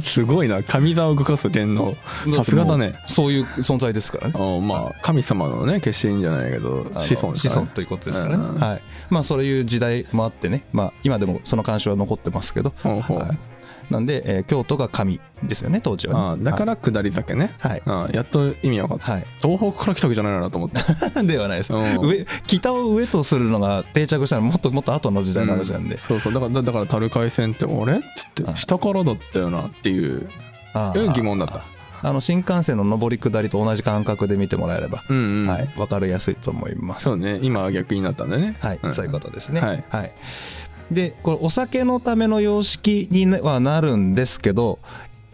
A: すごいな神座を動かす天皇さすがだね
B: そういう存在ですからね
A: あーまあ神様のね決心じゃないけど
B: あの
A: 子孫ですか
B: 子孫
A: ね
B: ということですからね、
A: うん
B: はいまあそういう時代もあってねまあ今でもその慣習は残ってますけど、
A: ほうほう
B: はい、なんで、えー京都が神ですよね当時
A: あ
B: は、
A: ー
B: ね、
A: だから下り酒ね、
B: はい
A: あーやっと意味わかった、
B: はい [LAUGHS]
A: 東北から来たわけじゃないのかなと思って
B: はいではないです
A: うん
B: 上北を上とするのが定着したのはもっともっと後の時代の話なんで、
A: そうそうだからだだから樽海線ってあれっつって下からだったよなっていう
B: あー
A: 疑問だった
B: あの新幹線の上り下りと同じ感覚で見てもらえれば、
A: うんうん、
B: はい、分かりやすいと思います
A: そうね今は逆になったんだね
B: はい、
A: ん
B: そういうことですね。
A: はい
B: でこれお酒のための様式にはなるんですけど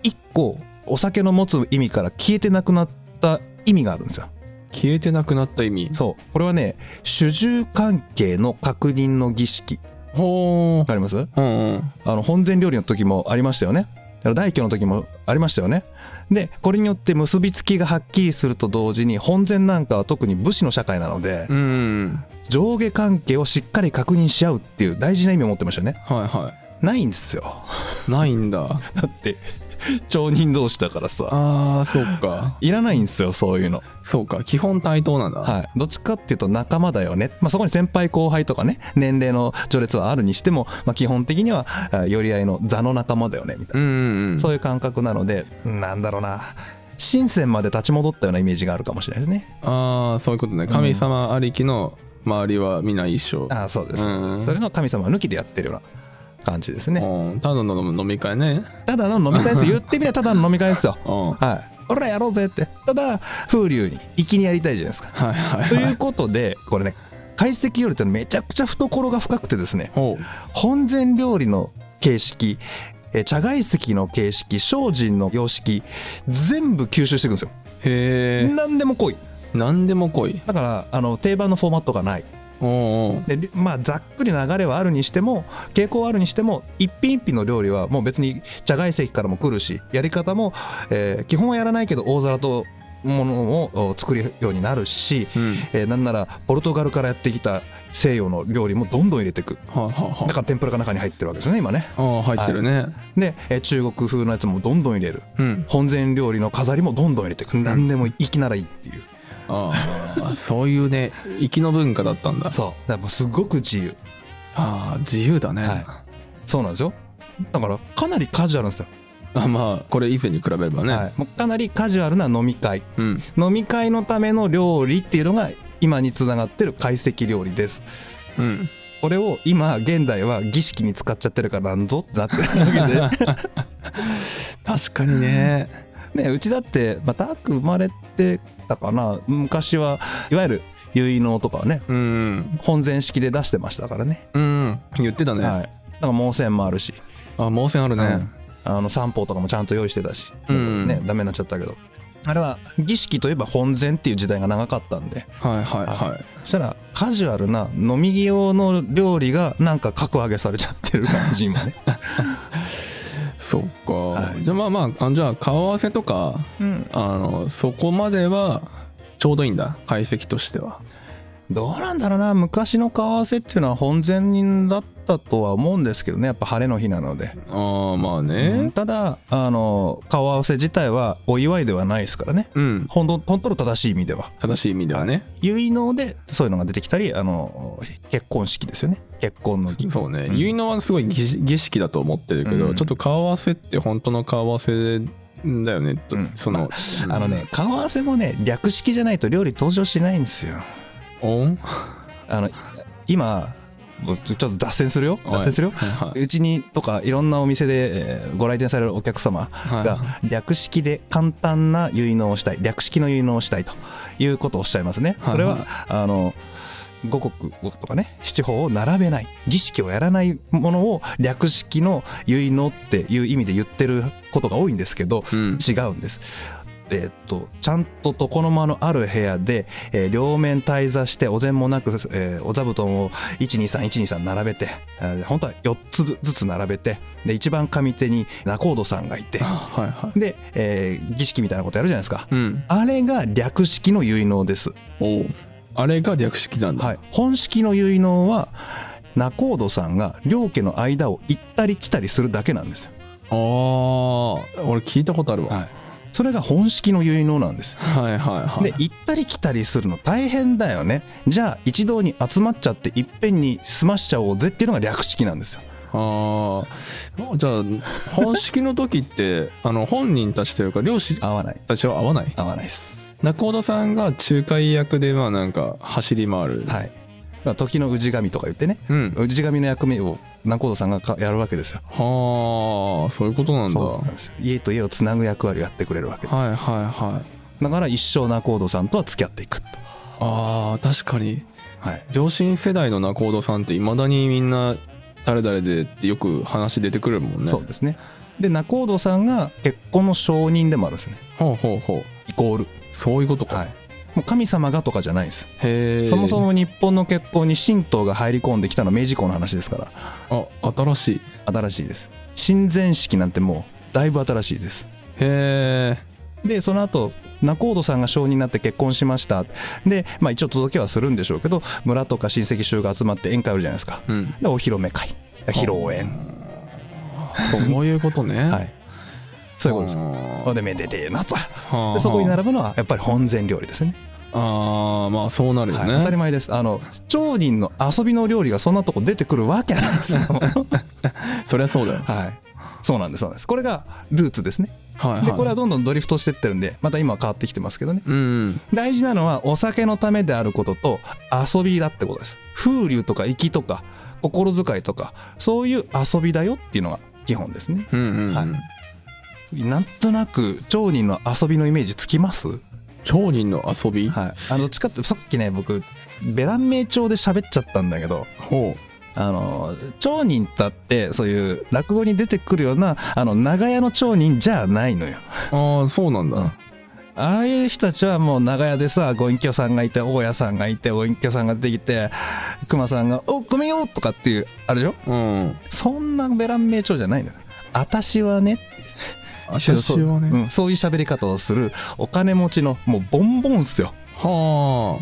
B: 一個お酒の持つ意味から消えてなくなった意味があるんですよ。
A: 消えてなくなった意味
B: そうこれはね主従関係の確認の儀式
A: ほ
B: わかります
A: ううんうん
B: あの本膳料理の時もありましたよね。あの大居の時もありましたよね。でこれによって結びつきがはっきりすると同時に本膳なんかは特に武士の社会なので
A: うんうん
B: 上下関係をしっかり確認し合うっていう大事な意味を持ってましたよね。
A: はいは
B: ないんですよ。
A: いないんだ
B: だって町人同士だからさ
A: あーそっか
B: いらないんですよそういうの、
A: そうか基本対等なんだ、
B: はい、どっちかっていうと仲間だよね、まあ、そこに先輩後輩とかね年齢の序列はあるにしても、まあ、基本的にはあ寄り合いの座の仲間だよねみたい
A: うんうんうん
B: なそういう感覚なのでなんだろうな深センまで立ち戻ったようなイメージがあるかもしれないですね
A: ああそういうことね神様ありきの周りは皆一緒、
B: ああそうです、
A: うん
B: それの神様抜きでやってるような感じですね
A: うん、ただの飲み会ね
B: ただの飲み
A: [LAUGHS]
B: 会です言ってみればただの飲み会ですよ
A: うんはい
B: はい俺らやろうぜってただ風流に粋にやりたいじゃないですか
A: はいはい [LAUGHS]
B: ということで、これね、懐石料理ってめちゃくちゃ懐が深くてですね、
A: ほう
B: 本膳料理の形式、えー茶外石の形式、精進の様式、全部吸収していくんですよ。
A: へ
B: 何でも濃い。
A: え何でも来い
B: だから、あの、定番のフォーマットがない。
A: おうおう
B: で、りまあ、ざっくり流れはあるにしても、傾向はあるにしても、一品一品の料理はもう別に茶外石からも来るし、やり方も、えー基本はやらないけど、大皿と、ものをお作るようになるし、
A: うん
B: えーなんならポルトガルからやってきた西洋の料理もどんどん入れていく
A: はいはいは
B: だ
A: い
B: から天ぷらが中に入ってるわけですよね今ね
A: ああ入ってるね、
B: で、えー中国風のやつもどんどん入れる、
A: うん
B: 本膳料理の飾りもどんどん入れていく何でも粋ならいいっていう
A: ああそういうね粋の文化だったんだ
B: そうだからもうすごく自由
A: ああ自由だね、
B: はいそうなんですよだからかなりカジュアルなんですよ、
A: あまあこれ以前に比べればね、
B: はい、もうかなりカジュアルな飲み会
A: うん
B: 飲み会のための料理っていうのが今につながってる懐石料理です
A: うん
B: これを今現代は儀式に使っちゃってるからなんぞってなってるわけで
A: 確かにね [LAUGHS]
B: ねうちだって、まあ、ターク生まれてたかな昔はいわゆる結納とかはね
A: うん
B: 本膳式で出してましたからね、
A: うん言ってたね、
B: はいだから盲線もあるし、
A: あ盲線あるね、
B: あの三方とかもちゃんと用意してたし、
A: うん
B: ねダメになっちゃったけどあれは儀式といえば本膳っていう時代が長かったんで
A: はいはいはい
B: そしたらカジュアルな飲み用の料理がなんか格上げされちゃってる感じ今ね
A: そっか、
B: はい
A: じゃあまあまああじゃあ顔合わせとか
B: うん
A: あのそこまではちょうどいいんだ解析としては
B: どうなんだろうな昔の顔合わせっていうのは本膳人だったとは思うんですけどねやっぱ晴れの日なので
A: ああまあ
B: うん
A: ね
B: ただあの顔合わせ自体はお祝いではないですからね
A: うん、
B: 本当本当の正しい意味では
A: 正しい意味ではね、
B: 結納でそういうのが出てきたりあの結婚式ですよね結婚の儀
A: そうね結納はすごい儀式儀式だと思ってるけど、
B: うん
A: ちょっと顔合わせって本当の顔合わせだよね、と
B: うん
A: その、
B: ま
A: うん
B: あのね顔合わせもね略式じゃないと料理登場しないんですよ
A: オン
B: あの今ちょっと脱線するよ
A: はい
B: 脱線するよ、
A: はいはいう
B: ちにとかいろんなお店で、えーご来店されるお客様が略式で簡単な結納をしたい略式の結納をしたいということをおっしゃいますね、
A: はい
B: これは、
A: はい
B: あの五穀とかね七宝を並べない儀式をやらないものを略式の結納っていう意味で言ってることが多いんですけど、
A: うん
B: 違うんです。えーっとちゃんと床の間のある部屋で、えー両面対座してお膳もなく、えーお座布団を123123並べて、えー本当は4つずつ並べてで一番上手に仲人さんがいて
A: あはいは
B: で、えー儀式みたいなことやるじゃないですか、
A: いうん
B: あれが略式の結納です、
A: おうあれが略式なんだ、
B: はい、本式の結納は仲人さんが両家の間を行ったり来たりするだけなんですよ、
A: ああ俺聞いたことあるわ、
B: はい、それが本式の結納なんです
A: はい、はいはい
B: で行ったり来たりするの大変だよねじゃあ一堂に集まっちゃっていっぺんに済ましちゃおうぜっていうのが略式なんですよ
A: ああじゃあ本式の時って [LAUGHS] あの本人たちというか漁師
B: 合わない
A: たちは合わない
B: 合わないです
A: 仲人さんが仲介役でまあなんか走り回る、
B: はいまあ時の氏神とか言ってね、
A: うん
B: 氏神の役目を南光堂さんがかやるわけですよ
A: はあそういうことなんだ
B: そうなんですよ家と家をつなぐ役割をやってくれるわけです、
A: はいはいはい
B: だから一生仲人さんとは付き合っていくと
A: あー確かに
B: はい
A: 両親世代の仲人さんっていまだにみんな誰々でってよく話出てくるもんね
B: そうですねで仲人さんが結婚の証人でもあるんですね
A: ほうほうほ
B: イコール
A: うそういうことか、
B: はいもう神様がとかじゃないです
A: へえ
B: そもそも日本の結婚に神道が入り込んできたのは明治以降の話ですから
A: あ新しい
B: 新しいです神前式なんてもうだいぶ新しいです
A: へえ
B: でその後仲人さんが証人になって結婚しましたで、まあ、一応届けはするんでしょうけど村とか親戚衆が集まって宴会あるじゃないですか
A: うん
B: でお披露目会披露宴
A: そういうことね
B: [LAUGHS] はいそういうことです
A: あ
B: おでめでてえなと
A: ー
B: でそこに並ぶのはやっぱり本膳料理ですね、
A: ああまあそうなるよ
B: はい
A: ね、
B: 当たり前ですあの町人の遊びの料理がそんなとこ出てくるわけな
A: [LAUGHS]
B: んですよ
A: そりゃそうだよ
B: はい。そうなんです、そうなんです。これがルーツですね。
A: はいはい
B: で、これはどんどんドリフトしてってるんで、また今は変わってきてますけどね。
A: うん
B: 大事なのはお酒のためであることと遊びだってことです。風流とか粋とか心遣いとか、そういう遊びだよっていうのが基本ですね。
A: うんうん、うん
B: はいなんとなく町人の遊びのイメージつきますはい。
A: 町人の遊び、
B: あの、近く、さっきね、僕、ベラン名町で喋っちゃったんだけど、
A: ほ
B: あの、町人だって、そういう落語に出てくるような、あの、長屋の町人じゃないのよ。
A: うああそうなんだ、
B: うんああいう人たちはもう長屋でさ、ご隠居さんがいて、大家さんがいて、ご隠居さんが出てきて、熊さんが、お、ごめんよとかっていう、あれでしょ
A: うん。
B: そんなベラン名調じゃないんだよ。あたしはね、
A: 私はね。
B: うん、そういう喋り方をする、お金持ちの、もうボンボンっすよ。
A: は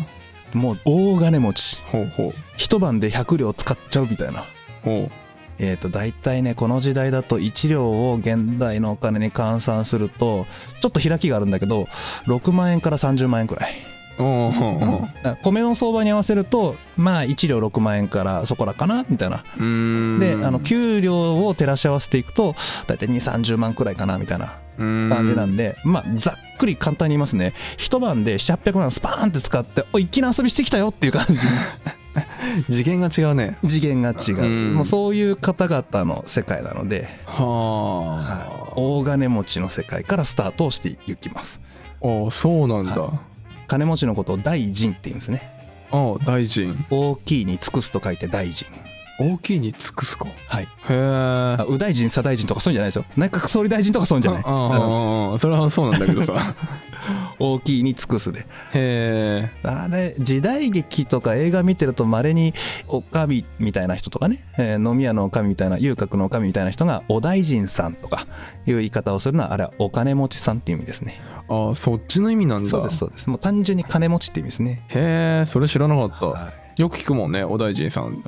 B: もう大金持ち
A: あ。。ほうほう。
B: 一晩で100両使っちゃうみたいな。
A: ほ
B: えっ、ー、と、大体ね、この時代だと1両を現代のお金に換算すると、ちょっと開きがあるんだけど、6万円から30万円くらい。
A: う。うんうんうん。う
B: だから米の相場に合わせるとまあ1両6万円からそこらかなみたいな
A: ーん。
B: であの給料を照らし合わせていくと大体2 3 0万くらいかなみたいな感
A: 感
B: じなんでまあざっくり簡単に言いますね一晩で700800万スパーンって使っておいっきな遊びしてきたよっていう感じ
A: 次元が違うね。
B: 次元が違
A: う
B: うんもうそういう方々の世界なので
A: はあ。
B: 大金持ちの世界からスタートをしていきます
A: ああ、そうなんだ。
B: は金持ちのことを大臣って言うんですね
A: ああ、大臣。
B: 大きいに尽くすと書いて大臣
A: 大きいに尽くすか。へ
B: はい
A: え。
B: あ右大臣左大臣とかそういうんじゃないですよ内閣総理大臣とかそういうんじゃない、うん
A: ああ、それはそうなんだけ
B: [LAUGHS]
A: どさ。
B: 大きいに尽くすで
A: へ
B: あれ時代劇とか映画見てるとまれにおかみみたいな人とかね、えー飲み屋のおかみみたいな遊郭のおかみみたいな人がお大臣さんとかいう言い方をするのはあれはお金持ちさんっていう意味ですね
A: え。ああ、そっちの意味なんだ。
B: そうですそうですもう単純に金持ちっていう意味ですね
A: へえ、それ知らなかっ
B: は
A: た。よく聞くもんね、お大臣さん。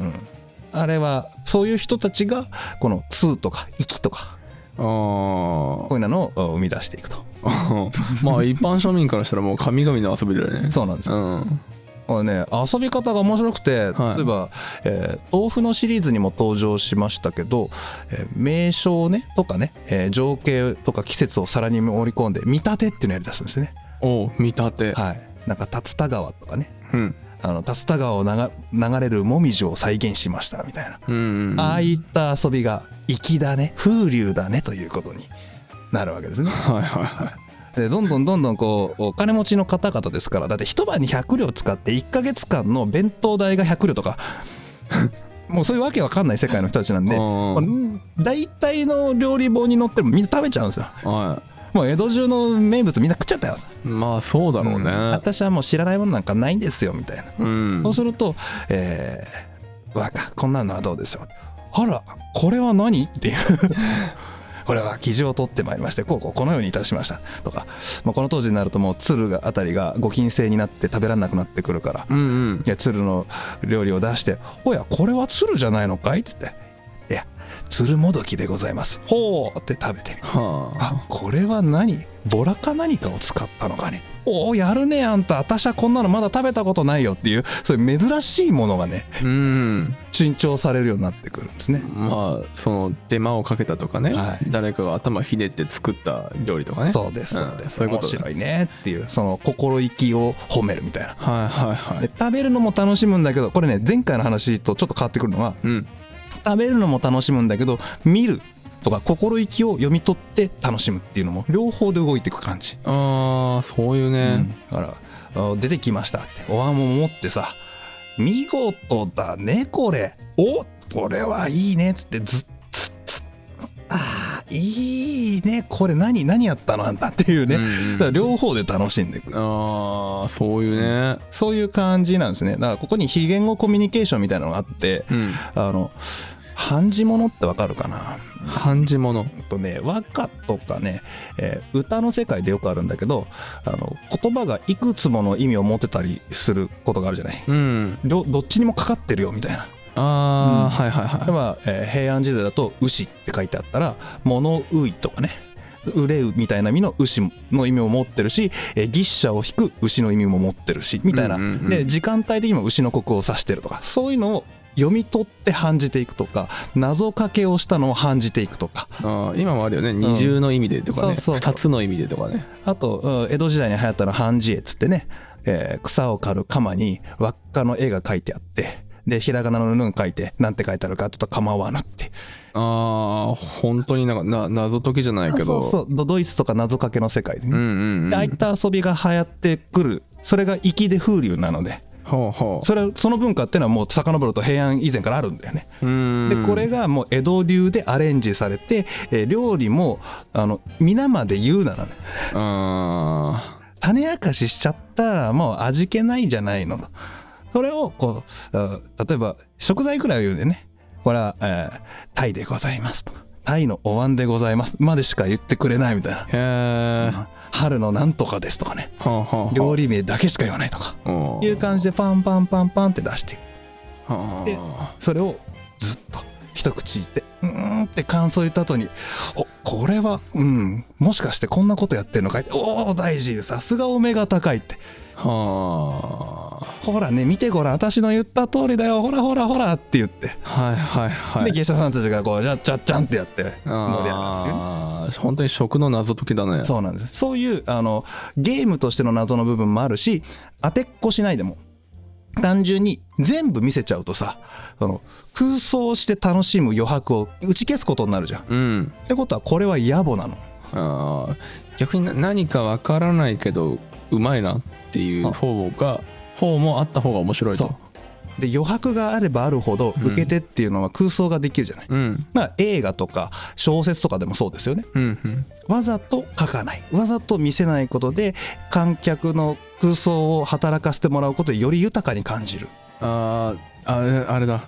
B: あれはそういう人たちがこの「通」とか「息」とか
A: あ
B: こういうのを生み出していくと
A: あ。 [LAUGHS] まあ、一般庶民からしたらもう神々の遊びだよね。
B: そうなんですよ
A: うん。
B: これね遊び方が面白くて、
A: はい
B: 例えば、えー豆腐のシリーズにも登場しましたけど、えー名称ねとかね、えー情景とか季節を皿に盛り込んで見立てっていうのをやりだすんですね
A: おう見立て、
B: はいなんか竜田川とかね
A: うん
B: あの竜田川を流流れるもみじを再現しましたみたいな、
A: うんうんうん
B: ああいった遊びが粋だね風流だねということになるわけですね
A: はいはいは
B: でどんどんどんどんこうお金持ちの方々ですからだって一晩に100両使って1ヶ月間の弁当代が100両とか [LAUGHS] もうそういうわけわかんない世界の人たちなんで
A: うん
B: こう大体の料理本に載ってるみんな食べちゃうんですよ
A: いは
B: もう江戸中の名物みんな食っちゃったよ、
A: いまあそうだろうね
B: 私はもう知らないものなんかないんですよみたいな、
A: うん
B: そうすると「えー、わかこんなのはどうでしょう」あらこれは何っていう [LAUGHS] これは記事を取ってまいりましてこうこうこのようにいたしましたとか、まあ、この当時になるともう鶴があたりがご禁制になって食べられなくなってくるから、
A: うんうん
B: いや鶴の料理を出して「おやこれは鶴じゃないのかい?」って言って「いや鶴もどきでございます」「ほう」って食べてみ
A: はあ
B: あこれは何ボラか何かを使ったのかねおおやるねあんた私はこんなのまだ食べたことないよっていうそういう珍しいものがね
A: うん
B: 珍重されるようになってくるんですね
A: まあその手間をかけたとかね、
B: はい
A: 誰かが頭ひねって作った料理とかね
B: そうです
A: ん
B: そうです、
A: そういうこと
B: 面白
A: い
B: いねっていうその心意気を褒めるみたいな
A: はいはいは
B: で
A: い
B: 食べるのも楽しむんだけどこれね前回の話とちょっと変わってくるのは
A: うん
B: 食べるのも楽しむんだけど見るとか心意気を読み取って楽しむっていうのも両方で動いていく感じ
A: ああそういうね、
B: だからあ出てきましたってお椀を持ってさ見事だねこれおこれはいいねっつってずっあーいいねこれ何何やったのあんたっていうね、
A: うんうん
B: だから両方で楽しんでいく
A: ああそういうね
B: そういう感じなんですねだからここに非言語コミュニケーションみたいなのがあって、
A: うん
B: あの半字物ってわかるかな
A: 半地物
B: えっとね和歌とかね、えー歌の世界でよくあるんだけどあの言葉がいくつもの意味を持ってたりすることがあるじゃない
A: うん
B: どどっちにもかかってるよみたいな
A: ああ、はいはいはい
B: 例えば、えー平安時代だと「牛」って書いてあったら「物うい」とかね「憂う」みたいな意味の「牛」の意味を持ってるし「えー牛車」を引く「牛」の意味も持ってるしみたいな、
A: うんうんうん
B: で時間帯的にも牛の国を指してるとかそういうのを読み取って感じていくとか謎かけをしたのを感じていくとか
A: あー今もあるよね二重の意味でとかね、二
B: そうそう
A: つの意味でとかね
B: あと、うん江戸時代に流行ったのは半字絵っつってね、えー草を刈る鎌に輪っかの絵が描いてあって、で、ひらがなのぬん書いて、なんて書いてあるかって言ったら構わぬって。
A: ああ本当になんかな謎解きじゃないけど
B: そうそう、ドドイツとか謎かけの世界でね。
A: うんうんうん
B: でああいった遊びが流行ってくる。それが粋で風流なので、
A: ほうほ
B: それ、その文化っていうのはもう遡ると平安以前からあるんだよね。
A: ううん
B: で、これがもう江戸流でアレンジされて、えー料理も、あの、皆まで言うならね。
A: あ
B: 種明かししちゃったらもう味気ないじゃないのと。それをこう、あ例えば食材くらいは言うんでね、これは、えータイでございますとか、タイのお椀でございますまでしか言ってくれないみたいな。
A: ーへえ
B: 春のなんとかですとかね、
A: ほうほうほ
B: 料理名だけしか言わないとか、
A: ううん
B: いう感じでパンパンパンパンって出していく。
A: はあ
B: でそれをずっと一口いって、うーんって感想言った後に、お、これは、うん、もしかしてこんなことやってんのかいおお、大事さすがお目が高いって。
A: は
B: ほらね、見てごらん、私の言った通りだよ、ほらほらほらって言って。
A: あはいはいはい
B: で、芸者さんたちがこう、じゃっちゃっちゃんってやって、盛り上がるっていうね。
A: ああ本当に食の謎解きだね
B: そうなんです。そういう、あの、ゲームとしての謎の部分もあるし、当てっこしないでも、単純に全部見せちゃうとさ、その、空想して楽しむ余白を打ち消すことになるじゃん。っ
A: うん
B: てことは、これは野暮なの。
A: あー逆にな何かわからないけどうまいなっていう方が方もあった方が面白いと
B: そう。で、余白があればあるほど、受け手っていうのは空想ができるじゃない。
A: うん
B: だから映画とか小説とかでもそうですよね。
A: うんうん
B: わざと書かないわざと見せないことで観客の空想を働かせてもらうことでより豊かに感じる
A: あーあれあれだ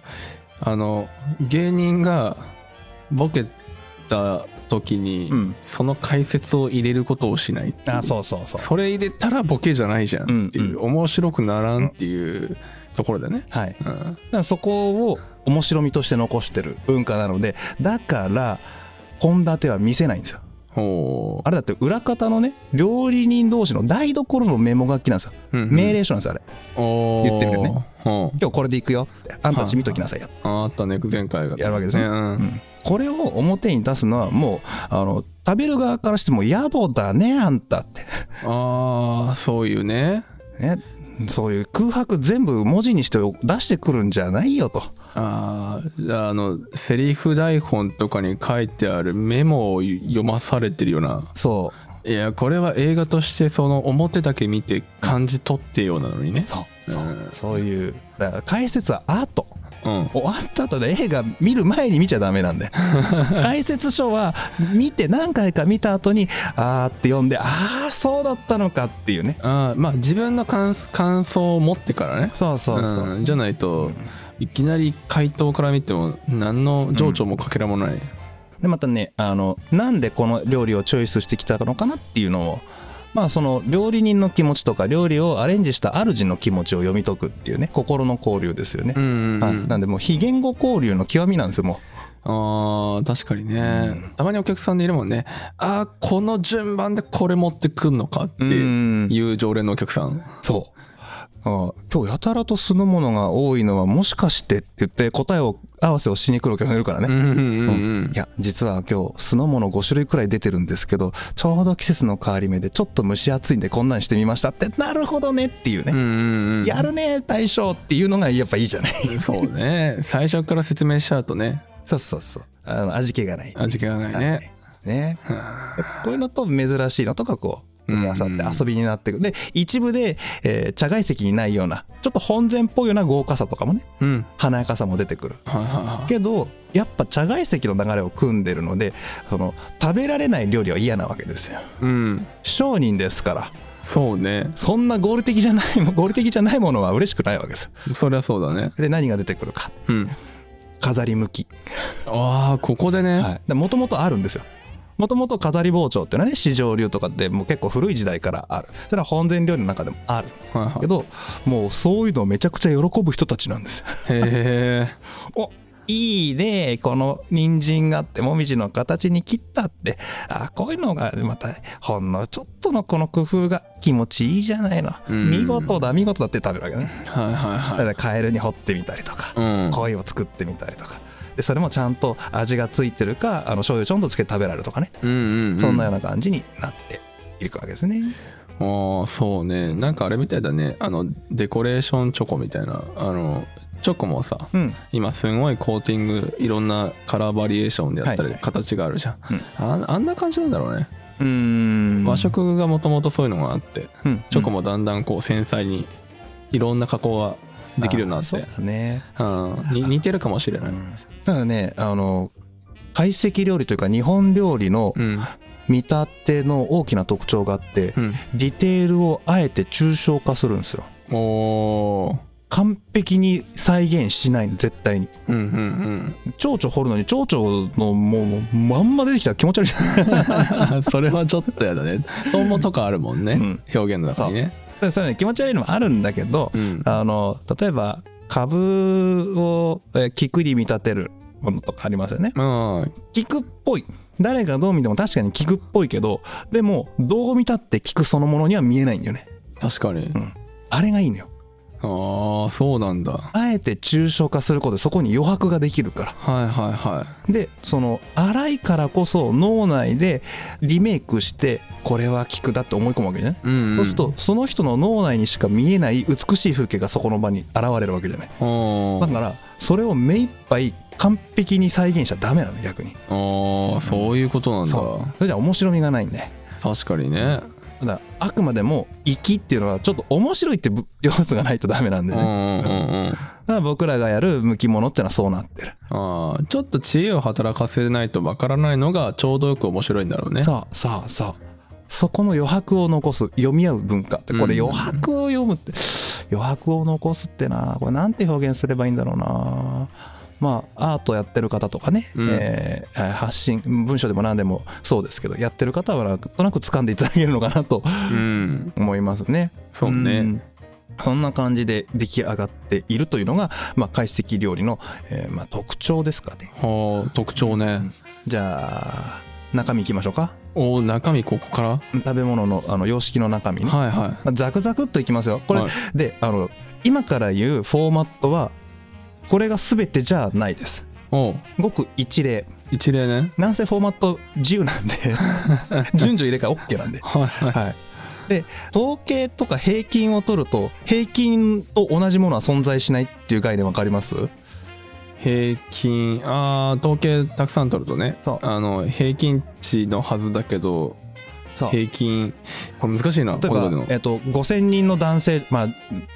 A: あの芸人がボケた時に、
B: うん
A: その解説を入れることをしないっていう
B: うそうそ
A: それ入れたらボケじゃないじゃんっていう、面白くならんっていうところだね、
B: はいだか
A: うん、
B: らそこを面白みとして残してる文化なのでだから献立は見せないんですよ
A: ほ
B: あれだって裏方のね料理人同士の台所のメモ書きなんですよ、
A: うんうん
B: 命令書なんですよあれ
A: うおー
B: 言ってるよね
A: ほう
B: 今日これでいくよってあんたたち見ときなさいよ
A: ああったね前回が
B: やるわけですね
A: うん
B: うんこれを表に出すのはもうあの食べる側からしても野暮だねあんたって
A: ああそういうね
B: ね、そういう空白全部文字にして出してくるんじゃないよと。
A: あーじゃああのセリフ台本とかに書いてあるメモを読まされてるような
B: そ
A: いやこれは映画としてその表だけ見て感じ取ってようなのにね。
B: う。そう。そううんそういう。だから解説はアート。
A: うん
B: 終わった後で映画見る前に見ちゃダメ [LAUGHS] なんで解説書は見て何回か見た後にあーって読んであーそうだったのかっていうね
A: あーまあ自分の感感想を持ってからね
B: そうそうそう、
A: んじゃないといきなり回答から見ても何の情緒もかけらもない、
B: でまたねあのなんでこの料理をチョイスしてきたのかなっていうのをまあその料理人の気持ちとか料理をアレンジした主の気持ちを読み解くっていうね心の交流ですよね、
A: うんうん
B: は
A: う
B: い
A: ん、
B: なんでもう非言語交流の極みなんですよも
A: あー確かにね、たまにお客さんでいるもんねあーこの順番でこれ持ってくんのかって
B: ううん
A: いう常連のお客さん
B: そう。あ今日やたらと酢の物が多いのはもしかしてって言って答えを合わせをしに来るお客さんいるからね。
A: うんうんうんうん
B: いや、実は今日酢の物5種類くらい出てるんですけど、ちょうど季節の変わり目でちょっと蒸し暑いんでこんなんしてみましたって、なるほどねっていうね。
A: うんうんうん
B: やるね大将っていうのがやっぱいいじゃない。 [LAUGHS]
A: そうね最初から説明しちゃうとね
B: そうそうそう。あの味気がない。
A: 味気がないね
B: ね。こういうのと珍しいのとかこう、組み合わさって遊びになってくる。で、一部で、えー茶外石にないような、ちょっと本膳っぽいような豪華さとかもね、
A: うん
B: 華やかさも出てくる。
A: はいはいはい
B: けど、やっぱ茶外石の流れを組んでるので、その、食べられない料理は嫌なわけですよ。
A: うん
B: 商人ですから、
A: そうね
B: そんな合理的じゃない、 [LAUGHS] 合理的じゃないものは嬉しくないわけですよ。
A: そりゃそうだね
B: で、何が出てくるか。
A: うん
B: 飾り向き。
A: ああここでね、
B: はい。もともとあるんですよ。もともと飾り包丁ってのはね、市場流とかってもう結構古い時代からある。それは本膳料理の中でもある。
A: はいは
B: けど、もうそういうのをめちゃくちゃ喜ぶ人たちなんですよ。
A: い、へえ
B: おいいねこの人参があってもみじの形に切ったってあこういうのがまたほんのちょっとのこの工夫が気持ちいいじゃないの
A: ん
B: 見事だ見事だって食べるわけね
A: はいはいは
B: だか
A: い
B: らカエルに掘ってみたりとか、
A: うん
B: 鯉を作ってみたりとかでそれもちゃんと味がついてるかあの醤油ちょんとつけて食べられるとかね、
A: うんうん、うん、
B: そんなような感じになっていくわけですね
A: ああそうねなんかあれみたいだねあのデコレーションチョコみたいなあのチョコもさ、
B: うん
A: 今すごいコーティングいろんなカラーバリエーションであった
B: はい
A: り
B: はい
A: 形があるじゃん、
B: うん
A: ああんな感じなんだろうね、
B: うーん
A: 和食がもともとそういうのがあって
B: うん
A: チョコもだんだんこう繊細にいろんな加工ができるようになっ
B: あそう
A: て
B: だね
A: うんに似てるかもしれない、うん
B: ただねあの懐石料理というか日本料理の見立ての大きな特徴があって、
A: うん
B: ディテールをあえて抽象化するんですよ
A: おー
B: 完璧に再現しないの絶対に
A: うんうんうん
B: 蝶々掘るのに蝶々のもうもうまんま出てきたら気持ち悪いじゃないだ
A: [LAUGHS]
B: か
A: それはちょっとやだね。トンボとかあるもんね。
B: うん
A: 表現の中にね。
B: ら [LAUGHS] それね気持ち悪いのもあるんだけど、
A: うん。
B: あの例えば株をえー菊に見立てるものとかありますよね
A: まあ、
B: 菊っぽい誰がどう見ても確かに菊っぽいけどでもどう見たって菊そのものには見えないんだよね
A: 確かに。
B: あれがいいのよ
A: ああ、そうなんだ。は
B: あえて抽象化することでそこに余白ができるから。
A: いはいは
B: で、その、荒いからこそ脳内でリメイクして、これは効くだって思い込むわけじゃない、
A: い。うん、うん。
B: そうすると、その人の脳内にしか見えない美しい風景がそこの場に現れるわけじゃない。
A: お
B: だ
A: ー。
B: から、それを目いっぱい完璧に再現しちゃダメなの、逆に。
A: ああ、そういうことなん
B: そ
A: だ。
B: う。それじゃ面白みがないんで。
A: 確かにね。
B: ただ、あくまでも、粋っていうのは、ちょっと面白いってぶ要素がないとダメなんで
A: う
B: ね。
A: んうんうんうん。
B: だから僕らがやる向き物ってのはそうなってる。
A: ああ、ちょっと知恵を働かせないとわからないのがちょうどよく面白いんだろうね。
B: そうそうそうそこの余白を残す読み合う文化ってこれ
A: うん
B: 余白を読む
A: [LAUGHS]
B: って余白を残すってなこれなんて表現すればいいんだろうなまあアートやってる方とかね、
A: うん
B: えー発信文章でも何でもそうですけどやってる方はなんとなく掴んでいただけるのかなと
A: うん。
B: 思いますね。
A: そう
B: うん
A: ね。
B: そんな感じで出来上がっているというのが、まあ、懐石料理の、えーまあ、特徴ですかね。
A: はあ、特徴ね。
B: じゃあ中身いきましょうか
A: おお、中身ここからは
B: 食べ物のあの様式の中身
A: い
B: ね
A: は
B: まあザクザクっといきますよ。これ、
A: はい
B: で、あの、今から言うフォーマットは、これが全てじゃないです。
A: い。おう
B: ごく一例。
A: 一例ね。 [LAUGHS]
B: なんせフォーマット自由なんで、順序入れ替え OK なんで。
A: はいはい。
B: はい。で、統計とか平均を取ると、平均と同じものは存在しないっていう概念わかります
A: 平均あー統計たくさん取るとね
B: そう
A: あの平均値のはずだけど
B: そう。
A: 平均これ難しいな
B: 例え
A: こうい
B: ば
A: うの、
B: えっと、5000人の男性、まあ、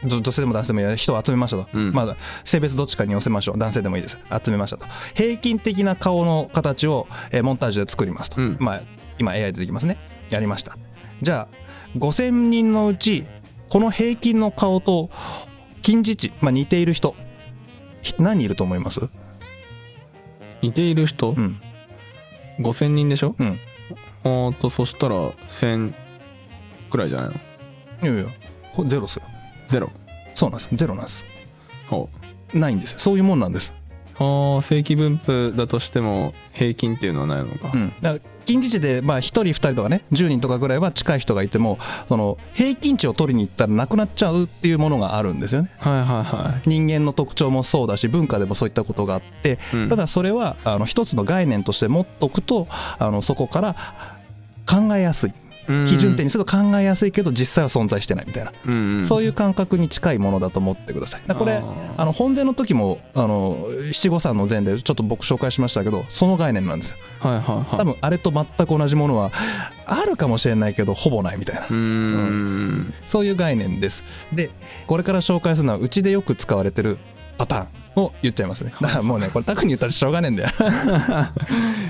B: 女女性でも男性でもいいや人を集めましたと。
A: うん
B: まあ、性別どっちかに寄せましょう。男性でもいいです。集めましたと。平均的な顔の形を、えーモンタージュで作りますと。
A: うん
B: まあ、今 AI でできますね。やりました。じゃあ、5000人のうち、この平均の顔と、近似値、まあ、似ている人、ひ何人いると思います
A: 似ている人、
B: うん。
A: 5000人でしょ
B: うん。
A: おーっとそしたら1000くらいじゃないの
B: いやいや、これゼロですよ。
A: ゼロ
B: そうなんです。ゼロなんです。
A: お
B: ないんですよ。そういうもんなんです。
A: ああ正規分布だとしても平均っていうのはないのか、
B: うん、だから近似値で、まあ、1人2人とかね10人とかぐらいは近い人がいてもその平均値を取りに行ったらなくなっちゃうっていうものがあるんですよね。
A: はいはいは
B: 人間の特徴もそうだし文化でもそういったことがあって、
A: うん
B: ただそれはあの一つの概念として持っとくとあのそこから考えやすい
A: いうん
B: 基準点にすると考えやすいけど実際は存在してないみたいな、
A: うんうん
B: そういう感覚に近いものだと思ってください。だから
A: あ
B: これ
A: ー
B: あの本前の時もあの七五三の前でちょっと僕紹介しましたけどその概念なんですよ。
A: はいはいはい
B: 多分あれと全く同じものはあるかもしれないけどほぼないみたいな
A: うーん
B: そういう概念ですでこれから紹介するのはうちでよく使われてるパターンを言っちゃいますねだからもうねこれタクに言ったらしょうがねえ
A: [LAUGHS]
B: んだよま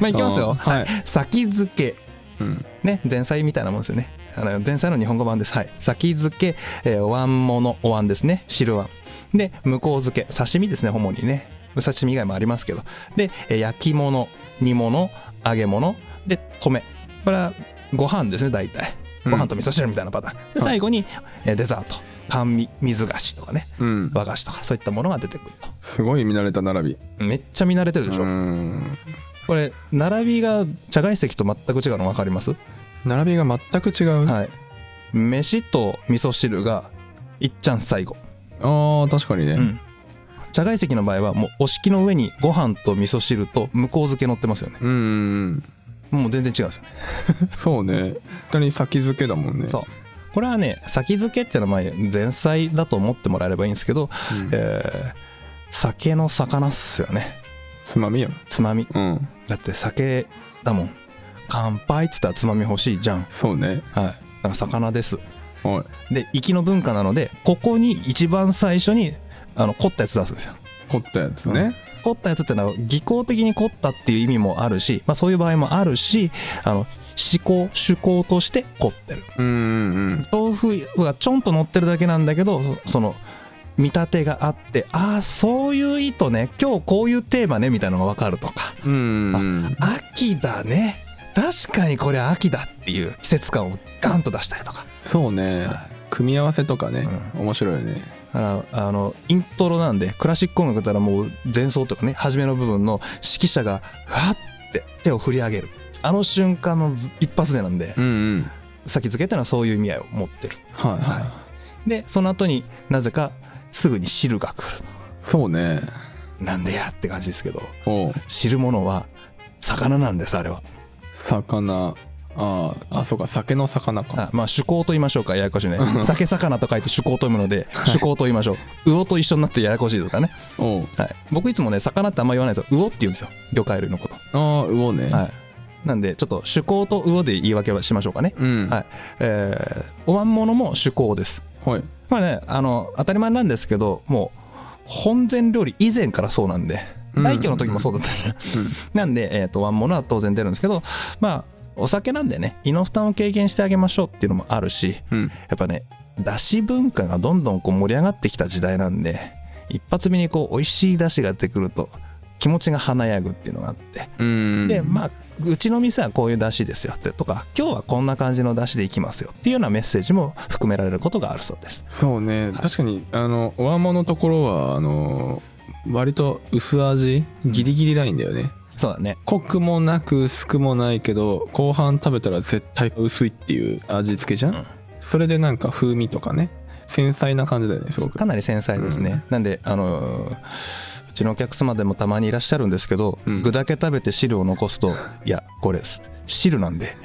B: あいきますよ
A: あーはい
B: 先付け
A: うん
B: ね前菜みたいなもんですよねあの前菜の日本語版ですはい先付け、えー、お椀ものお椀ですね汁椀で向こう付け刺身ですね主にね刺身以外もありますけどで、えー焼き物煮物揚げ物で米これはご飯ですね大体ご飯と味噌汁みたいなパターン、で最後に、えーデザート甘味水菓子とかね
A: うん
B: 和菓子とかそういったものが出てくる
A: すごい見慣れた並び
B: とめっちゃ見慣れてるでしょ、
A: うん
B: これ並びが茶外席と全く違うの分かります
A: 並びが全く違う、
B: はい。飯と味噌汁が、いっちゃん最後。
A: ああ確かにね、
B: ん茶外席の場合は、もうお敷の上にご飯と味噌汁と向こう漬け乗ってますよね。
A: うん、うん、
B: もう全然違うんですよね。
A: そうね二人先付けだもんね
B: そう。これはね、先漬けってのは前前菜だと思ってもらえればいいんですけど、えー酒の魚っすよね。
A: つまみや
B: つまみ。
A: うん
B: だって酒だもん。乾杯っつったらつまみ欲しいじゃん。はい。
A: そうね
B: だから魚です。
A: おい
B: で、粋の文化なので、ここに一番最初に、あの、凝ったやつ出すんですよ。
A: 凝ったやつね、
B: 凝ったやつってのは技巧的に凝ったっていう意味もあるし、まあ、そういう場合もあるしあの思考趣向として凝ってる
A: うん、うんうん
B: 豆腐はちょんと乗ってるだけなんだけどそその見立てがあってああそういう意図ね今日こういうテーマねみたいなのが分かるとか
A: うんうん
B: 秋だね確かにこれ秋だっていう季節感をガンと出したりとか
A: そうね組み合わせとかね、面白いよね
B: あのあのイントロなんでクラシック音楽だったらもう前奏とかね初めの部分の指揮者がふわって手を振り上げるあの瞬間の一発目なんで、
A: うんうん
B: 先付けってのはそういう意味合いを持ってる
A: はい、はい、
B: でその後になぜかすぐに汁が来る
A: そうね
B: なんでやって感じですけど
A: おう
B: 汁物は魚なんですあれは
A: 魚あーあそうか酒の魚か
B: あまあ趣向と言いましょうかややこしいね酒魚と書いて趣向と読むので趣向と言いましょう魚と一緒になってややこしいとかね、
A: おう
B: はい、僕いつもね魚ってあんま言わないんですよ魚って言うんですよ魚介類のこと
A: ああ魚ね、
B: はい。なんで、ちょっと趣向と魚で言い訳はしましょうかね。
A: うん
B: はい。えー、お椀物も趣向です。
A: はい
B: まあね、あの、当たり前なんですけど、もう、本前料理以前からそうなんで、大居の時もそうだったじゃん。なんで、えっ、と、椀物は当然出るんですけど、まあ、お酒なんでね、胃の負担を軽減してあげましょうっていうのもあるし、
A: うん
B: やっぱね、だし文化がどんどんこう盛り上がってきた時代なんで、一発目にこう、美味しいだしが出てくると、気持ちが華やぐっていうのがあって、
A: うん
B: でまあうちの店はこういう出汁ですよってとか今日はこんな感じの出汁でいきますよっていうようなメッセージも含められることがあるそうです
A: そうね確かにあのお椀ものところはあの割と薄味ギリギリラインだよね、
B: そうだね
A: 濃くもなく薄くもないけど後半食べたら絶対薄いっていう味付けじゃん、それでなんか風味とかね繊細な感じだよねすごく
B: かなり繊細ですね、なんであのーうちのお客様でもたまにいらっしゃるんですけど、
A: ん
B: 具だけ食べて汁を残す
A: [LAUGHS]
B: といやこれす汁なんで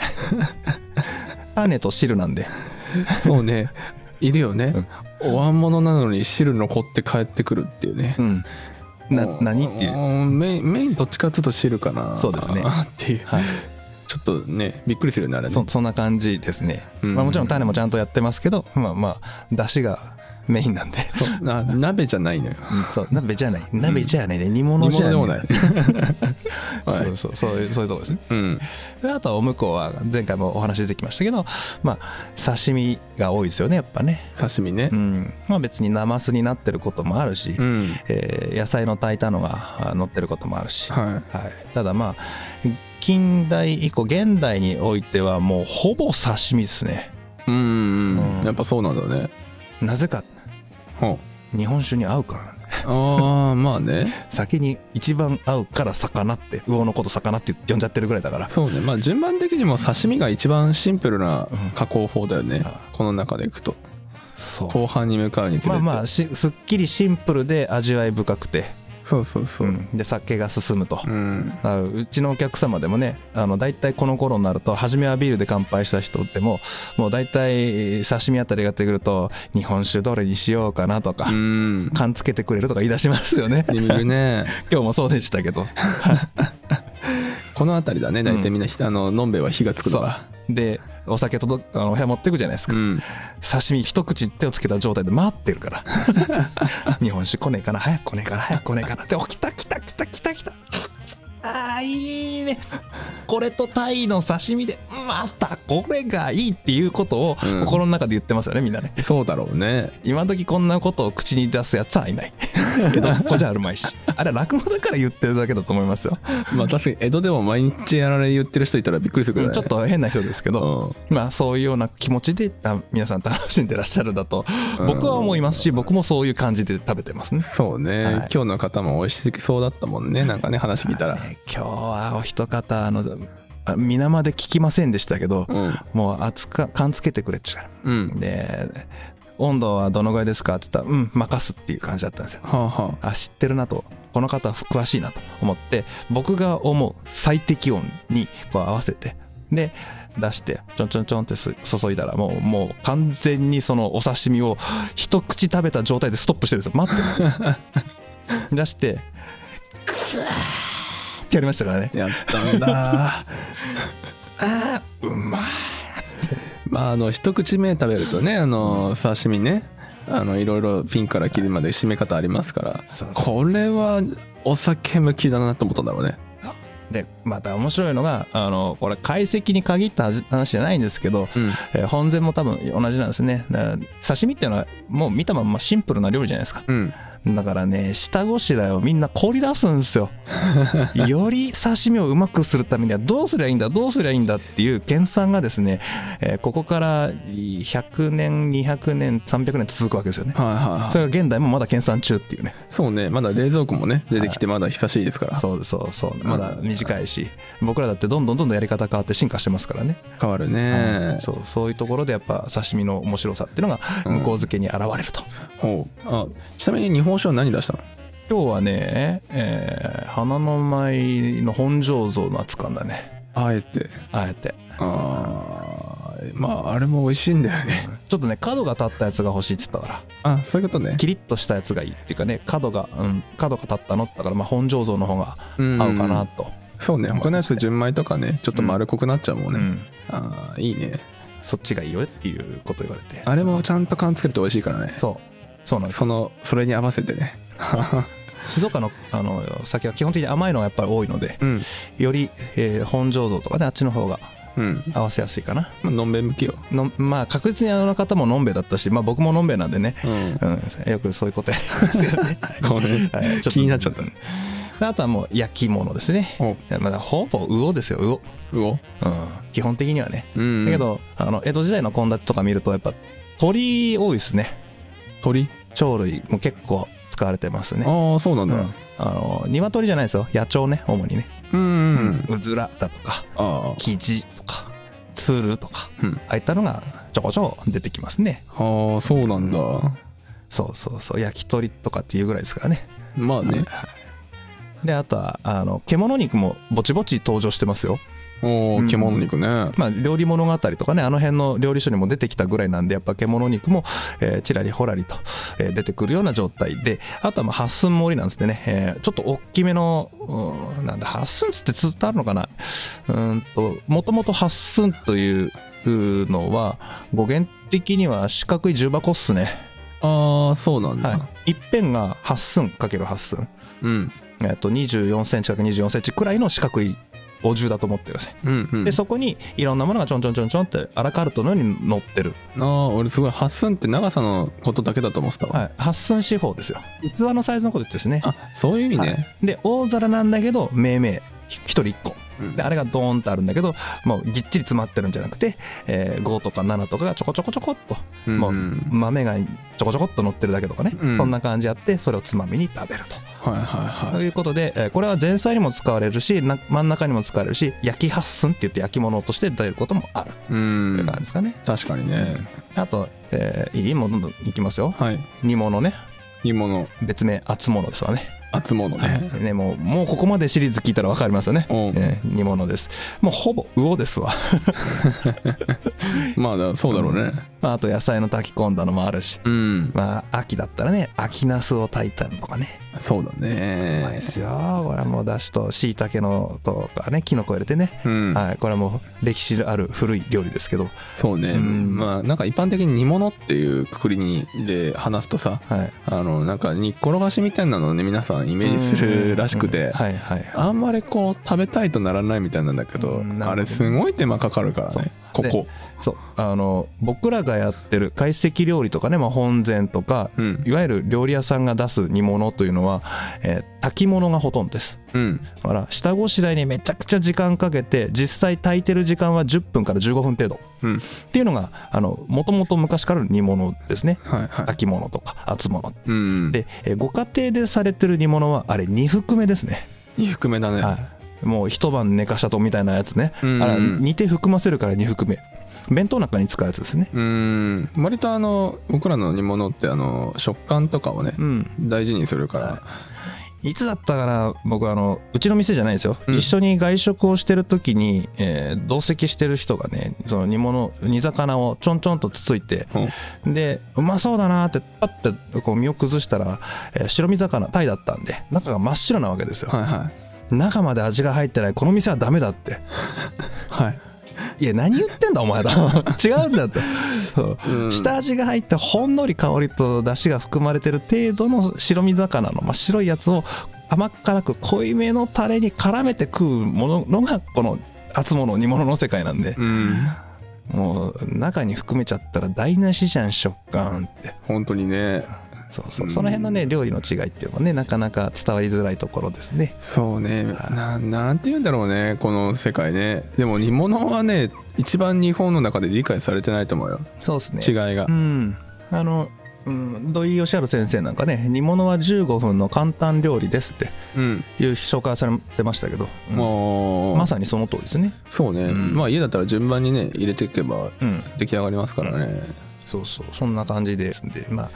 B: 種と汁なんで
A: そうねいるよね、お椀物なのに汁残って帰ってくるっていうね、
B: うん。な、
A: もう
B: 何っていう。
A: もメインメインどっちかっていうと汁かな
B: そうですね
A: っていう、
B: はい。
A: ちょっとねびっくりするよねあれね
B: そ、そんな感じですね。
A: うん
B: まあもちろん種もちゃんとやってますけど、まあまあ、出汁がメインなんで。
A: そうな鍋じゃないのよ
B: うんそう、鍋じゃない。鍋じゃないね。煮物
A: 煮
B: じゃ
A: 物
B: な
A: で
B: い。
A: もない
B: [LAUGHS]
A: は
B: そう
A: い
B: そう、そういう、そういうとこですね。
A: うん
B: であとはお向こうは前回もお話出てきましたけど、まあ、刺身が多いですよね、やっぱね。
A: 刺身ね
B: うん。まあ別にナマスになってることもあるし、
A: うん、
B: えー野菜の炊いたのがあ乗ってることもあるし、はい
A: は
B: ただまあ近代以降現代においてはもうほぼ刺身ですね
A: いうんうん、
B: う
A: うんん、やっぱそうなんだね
B: なぜか
A: ほう
B: 日本酒に合うからなんだ
A: ああまあね
B: 先に一番合うから魚って魚のこと魚って呼んじゃってるぐらいだから
A: そうねまあ順番的にも刺身が一番シンプルな加工法だよね、この中でいくと
B: そう
A: 後半に向かうにつれ
B: まあ
A: て
B: まあしすっきりシンプルで味わい深くて、
A: そうそうそううん
B: で酒が進むと、
A: うん、
B: あうちのお客様でもねあの大体この頃になると初めはビールで乾杯した人でももう大体刺身あたりがやってくると日本酒どれにしようかなとか、
A: うん
B: 缶つけてくれるとか言い出しますよね
A: で見る [LAUGHS] ね
B: [LAUGHS] 今日もそうでしたけど
A: この辺りだね大体みんな、あののんべえは火がつくのが
B: でお酒届くあのお部屋持ってくじゃないですか、
A: うん
B: 刺身一口手をつけた状態で待ってるから
A: [LAUGHS]
B: 日本酒来ねえかな早く来ねえかな早く来ねえかなってお来た来た来た来た来たあーいいねこれとタイの刺身でまたこれがいいっていうことを
A: うん
B: 心の中で言ってますよねみんなね
A: そうだろうね
B: 今時こんなことを口に出すやつはいない
A: [LAUGHS]
B: 江戸っ子じゃあるまいしあれは落語だから言ってるだけだと思います
A: [LAUGHS]
B: よ、
A: まあ確かに江戸でも毎日やられ言ってる人いたらびっくりするくらい、ね、
B: ちょっと変な人ですけど、
A: と
B: まあそういうような気持ちであ皆さん楽しんでらっしゃるんだと僕は思いますし僕もそういう感じで食べてますね。
A: そうね、
B: はい
A: 今日の方も美味しそうだったもんねなんかね話聞いたら、
B: ね今日はお一方あのあ皆まで聞きませんでしたけど、もう熱か缶つけてくれって言う
A: うん
B: からで温度はどのぐらいですかって言ったら「うん任す」っていう感じだったんですよ。
A: はあは
B: あ知ってるなとこの方は詳しいなと思って僕が思う最適温にこう合わせてで出してちょんちょんちょんってす注いだらもうもう完全にそのお刺身を一口食べた状態でストップしてるんですよ待ってますよ出してクーってやりましたからね
A: あやったん [LAUGHS] だ
B: うまい
A: まああの一口目食べるとねあの刺身ねあのいろいろピンから切りまで締め方ありますから
B: そうそう
A: これはお酒向きだなと思ったんだろうね
B: でまた面白いのがあのこれ解析に限った話じゃないんですけど、
A: うん
B: えー本膳も多分同じなんですねだから刺身っていうのはもう見たまんまシンプルな料理じゃないですか
A: うん
B: だからね、下ごしらえをみんな凍り出すんで
A: [LAUGHS]
B: すよ。より刺身をうまくするためにはどうすりゃいいんだ、どうすりゃいいんだっていう研鑽がですね、えーここから100年、200年、300年続くわけですよね。
A: はいはいはい
B: それが現代もまだ研鑽中っていうね。
A: そうねまだ冷蔵庫もね出てきてまだ久しいですから、
B: そうそうそう。まだ短いし、僕らだってどんどんどんどんやり方変わって進化してますからね。
A: 変わるね、
B: そう、そういうところでやっぱ刺身の面白さっていうのが向こう付けに現れると。
A: ほうあちなみに日本酒は何出したの
B: 今日はね、えー花の舞の本醸造の熱燗だね。
A: あえて
B: あえて。
A: あーまああれも美味しいんだよね
B: ちょっとね、角が立ったやつが欲しいって言ったから、
A: あそういうことね
B: キリッとしたやつがいいっていうかね、角が、うん、角が立ったのだから、まあ、本醸造の方が
A: うん
B: 合うかなと。
A: そうね他のやつ純米とかねちょっと丸っこくなっちゃうもん
B: う
A: ね、
B: ん。
A: あーいいね
B: そっちがいいよっていうこと言われて。
A: あれもちゃんと缶つけると美味しいからね
B: そう。そうなんです。
A: そのそれに合わせて
B: [LAUGHS]
A: ね
B: 静岡の、あの、酒は基本的に甘いのがやっぱり多いので
A: う、ん
B: より、えー本醸造とかね、あっちの方が
A: うん
B: 合わせやすいかな。
A: まあのんべん向きよ
B: のまあ、確実にあの方ものんべえだったし、まあ僕ものんべえなんでね、
A: う
B: うん、よくそういうことやりますけ
A: [LAUGHS]
B: どね。
A: ごめ
B: [LAUGHS]
A: ん
B: はい
A: 気になっちゃったね。
B: であとはもう焼き物ですね。
A: お
B: まだほぼ魚ですよ、魚。
A: うお
B: うん、基本的にはね。
A: うんうん
B: だけど、あの、江戸時代の献立とか見ると、やっぱ、鳥多いですね。
A: 鳥
B: 鳥類も結構使われてますね。
A: ああそうなん
B: う
A: だ
B: ん。あの、鶏じゃないですよ。野鳥ね、主にね。
A: うんうん、う、
B: うんうずらだとか、
A: ああ
B: キジとか、鶴とか、
A: うん
B: ああいったのがちょこちょこ出てきますね。
A: ああそうなんだ
B: そうそうそう、焼き鳥とかっていうぐらいですからね。
A: まあね
B: で、あとは、あの、獣肉もぼちぼち登場してますよ。
A: おお獣肉ね、
B: まあ、料理物語とかね、あの辺の料理書にも出てきたぐらいなんで、やっぱ獣肉も、えーちらりほらりと、えー出てくるような状態で、あとはまあ、八寸盛りなんですね、えーちょっと大きめの、うーんなんだ、八寸つってずっとあるのかな。うーんと、もともと八寸というのは、語源的には四角い重箱っすね。
A: ああそうなんだ、
B: はい。一辺が八寸かける八寸。
A: うん
B: えっと、24センチか24センチくらいの四角いお重だと思ってください。
A: うんうん
B: でそこにいろんなものがちょんちょんちょんちょんってアラカルトのように載ってる、
A: ああ俺すごい発寸って長さのことだけだと思ってたわ、
B: はい、発寸四方ですよ器のサイズのことですね
A: あそういう意味ね、
B: はいで大皿なんだけど命名ひ一人一個
A: うん
B: であれがドーンってあるんだけどもうぎっちり詰まってるんじゃなくて、えー5とか7とかがちょこちょこちょこっと、
A: うん
B: も
A: う
B: うん豆がちょこちょこっと乗ってるだけとかね、
A: うん
B: そんな感じやってそれをつまみに食べると。
A: はいはい
B: と
A: はい
B: いうことで、えーこれは前菜にも使われるしな真ん中にも使われるし焼き発寸って言って焼き物として出ることもある
A: う
B: というん感じですかね、
A: 確かにね、
B: あと、えーいいものいきますよ。
A: はい
B: 煮物ね。
A: 煮物
B: 別名、厚物ですわね。
A: 厚物
B: [LAUGHS]
A: ね
B: ね、もう、もうここまでシリーズ聞いたらわかりますよね。
A: うん
B: えー煮物です。もうほぼ魚ですわ。
A: まあだそうだろうね
B: まああと野菜の炊き込んだのもあるし。
A: うん
B: まあ、秋だったらね、秋ナスを炊いたのとかね。
A: そうだ
B: うまい
A: ね
B: ですよ。これはもうだしと椎茸のとかね、キノコ入れてね。
A: うん
B: はい、これはもう歴史ある古い料理ですけど。
A: そうね、
B: うん
A: まあなんか一般的に煮物っていうくくりにで話すとさ
B: はい。
A: あのなんか煮っころがしみたいなのをね皆さんイメージするらしく
B: うん
A: て、
B: はいはいはい。
A: あんまりこう食べたいとならないみたいなんだけど、
B: うんなるほど
A: あれすごい手間かかるからねこ
B: で
A: こ
B: そうあの僕らがやってる懐石料理とかね、まあ、本膳とか、
A: うん
B: いわゆる料理屋さんが出す煮物というのは、えー炊き物がほとんどです
A: うん
B: だから下ごしらえにめちゃくちゃ時間かけて実際炊いてる時間は10分から15分程度っ
A: うん
B: ていうのがもともと昔からの煮物ですね
A: はいはい
B: 炊き物とか厚物
A: うん
B: で、えーご家庭でされてる煮物はあれ2含めですね
A: いい含めだね、
B: はい、もう一晩寝かしたとみたいなやつね、
A: うんうん
B: あら煮て含ませるから2含め弁当なんかに使うやつですね
A: うん割とあの僕らの煮物ってあの食感とかをね、
B: うん
A: 大事にするから、
B: いつだったかな僕あのうちの店じゃないですよ、
A: うん
B: 一緒に外食をしてる時に、えー同席してる人がねその煮物煮魚をちょんちょんとつついて、でうまそうだなーってパッてこう身を崩したら、えー白身魚タイだったんで中が真っ白なわけですよ、
A: はいはい
B: 中まで味が入ってないこの店はダメだって
A: はい
B: いや何言ってんだお前だ [LAUGHS] 違うんだって、そう下味が入ってほんのり香りと出汁が含まれてる程度の白身魚の真っ白いやつを甘辛く濃いめのタレに絡めて食うもののがこの厚物煮物の世界なんで、
A: うん
B: もう中に含めちゃったら台無しじゃん食感って
A: 本当にね
B: そうそうその辺のね料理の違いっていうのはねなかなか伝わりづらいところですね
A: そうねななんて言うんだろうねこの世界ねでも煮物はね一番日本の中で理解されてないと思うよ
B: そうですね
A: 違いが
B: うん。あの、うん、土井善晴先生なんかね、煮物は15分の簡単料理ですって
A: うん、
B: いう紹介されてましたけど、うん
A: もう
B: まさにその通りですね。
A: そうね、まあ家だったら順番にね入れていけば
B: うん。
A: 出来上がりますからね、
B: そうそう。そんな感じですんで、まあ、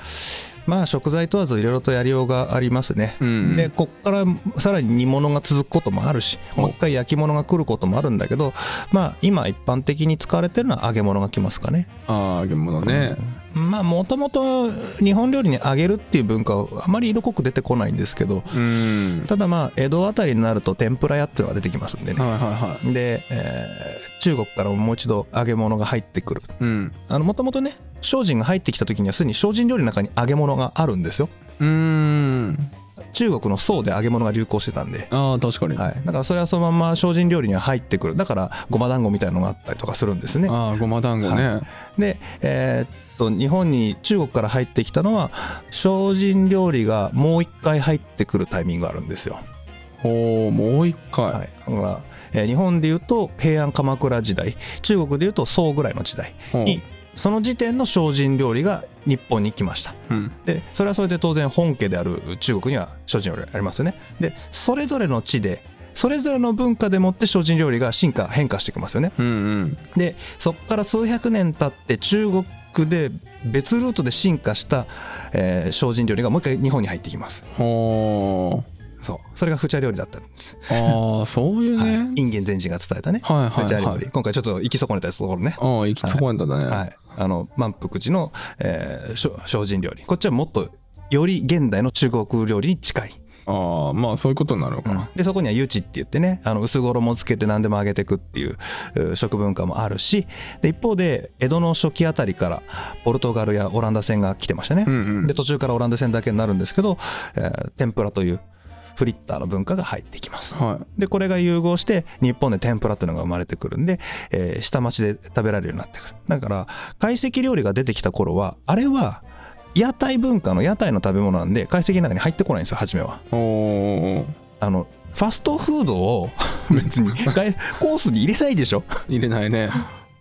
B: まあ食材問わずいろいろとやりようがありますね。
A: うん
B: で、こっからさらに煮物が続くこともあるし、
A: お
B: もう一回焼き物が来ることもあるんだけど、まあ今一般的に使われてるのは揚げ物が来ますかね。
A: ああ揚げ物ね、
B: まあもともと日本料理に揚げるっていう文化はあまり色濃く出てこないんですけど、
A: うん、
B: ただまあ江戸あたりになると天ぷら屋っていうのが出てきますんでね、
A: はいはいはい
B: で、えー中国からももう一度揚げ物が入ってくる
A: うん
B: あのもともとね精進が入ってきた時にはすでに精進料理の中に揚げ物があるんですよ
A: うーん
B: 中国の宋で揚げ物が流行してたんで、
A: ああ確かに、
B: はい、だからそれはそのまま精進料理には入ってくるだからごま団子みたいなのがあったりとかするんですね
A: ああごま団子ね、
B: でえーっと日本に中国から入ってきたのは精進料理がもう一回入ってくるタイミングがあるんですよ
A: おおもう一回、
B: はい、だから、えー日本でいうと平安鎌倉時代中国でいうと宋ぐらいの時代にその時点の精進料理が日本に来ました
A: うん
B: でそれはそれで当然本家である中国には精進料理ありますよねでそれぞれの地でそれぞれの文化でもって精進料理が進化変化してきますよね
A: うんうん
B: でそこから数百年経って中国で別ルートで進化した、えー精進料理がもう一回日本に入ってきます
A: おお
B: そうそれがフチャ料理だったんです、
A: ああ、そういう
B: はい
A: ね。
B: インゲン全人が伝えたね、
A: はいはいはい
B: フチャ料理今回ちょっと行き損ねたところね
A: ああ、行き損ねたんだね。
B: はい、あの満腹寺の、えー、精精進料理こっちはもっとより現代の中国料理に近い、
A: ああ、まあそういうことになるのかな。
B: でそこには湯地って言ってねあの薄衣つけて何でも揚げてくっていうう食文化もあるしで一方で江戸の初期あたりからポルトガルやオランダ船が来てましたね、
A: うんうん
B: で途中からオランダ船だけになるんですけど、えー天ぷらというフリッターの文化が入ってきます
A: は。
B: でこれが融合して日本で天ぷらっていうのが生まれてくるんで、えー下町で食べられるようになってくるだから懐石料理が出てきた頃はあれは屋台文化の屋台の食べ物なんで懐石の中に入ってこないんですよ初めはい
A: おお、
B: あのファストフードを [LAUGHS] 別に外コースに入れないでしょ
A: 入れないね。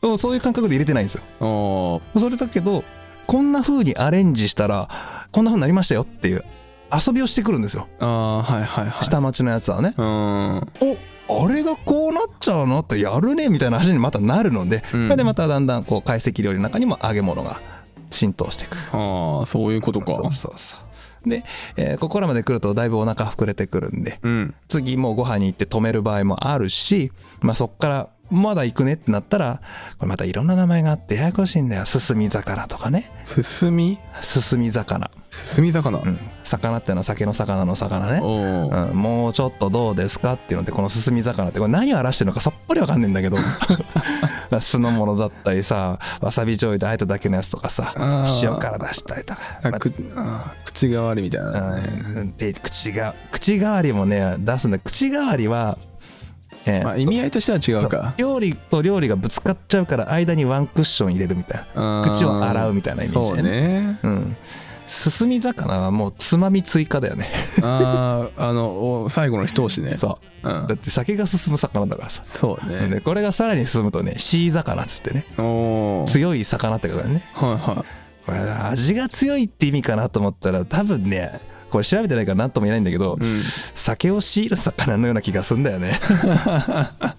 B: うんそういう感覚で入れてないんですよ
A: おー
B: それだけどこんな風にアレンジしたらこんな風になりましたよっていう遊びをしてくるんですよ
A: あー、はいはいはい。
B: 下町のやつはね、
A: うーん。
B: おあれがこうなっちゃうのってやるねみたいな話にまたなるので、
A: うん
B: それでまただんだんこう懐石料理の中にも揚げ物が浸透していく
A: ああ、そういうことか。
B: そうそうそうで、えーここらまで来るとだいぶお腹膨れてくるんで
A: うん。
B: 次もうご飯に行って止める場合もあるし、まあ、そっからまだ行くねってなったらこれまたいろんな名前があってややこしいんだよ進み魚とかね
A: すすみ
B: 進み魚、
A: すすみ魚。
B: うん、魚ってのは酒の魚の魚ね
A: おー
B: うん、もうちょっとどうですかっていうのでこの進み魚ってこれ何を表してるのかさっぱりわかんねえ
A: [LAUGHS]
B: んだけど酢の物だったりさわさび醤油であえただけのやつとかさ
A: あー
B: 塩から出したりとか、
A: あくあー口代わりみたいなね。
B: うん、で口が口代わりもね出すんだ口代わりは、えー
A: まあ意味合いとしては違うか。
B: 料理と料理がぶつかっちゃうから間にワンクッション入れるみたいな、
A: あー
B: 口を洗うみたいなイメージ
A: そ
B: だ
A: う
B: よね
A: ね。
B: うん、進み魚はもうつまみ追加だよね
A: ああ、あの、お最後の一押しね。。
B: [LAUGHS] そう
A: うん
B: だ。って酒が進む魚だからさ
A: そうね。
B: でこれがさらに進むとねシー魚っつってね
A: おお。
B: 強い魚ってことだね
A: はいは
B: これ味が強いって意味かなと思ったら多分ねこれ調べてないから何とも言えないんだけど、
A: い。うん。
B: 酒を強いる魚のような気がすんだよね [LAUGHS]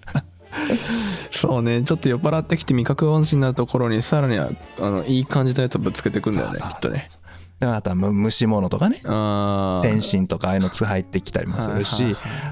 A: そうねちょっと酔っ払ってきて味覚音痴になるところにさらにはあのいい感じのやつをぶつけてくんだよねき
B: そうそう
A: っ
B: そ
A: と
B: う
A: ね
B: であとはむ蒸し物とかね
A: ああ
B: 天津とかああいうのつ入ってきたりもする
A: は
B: し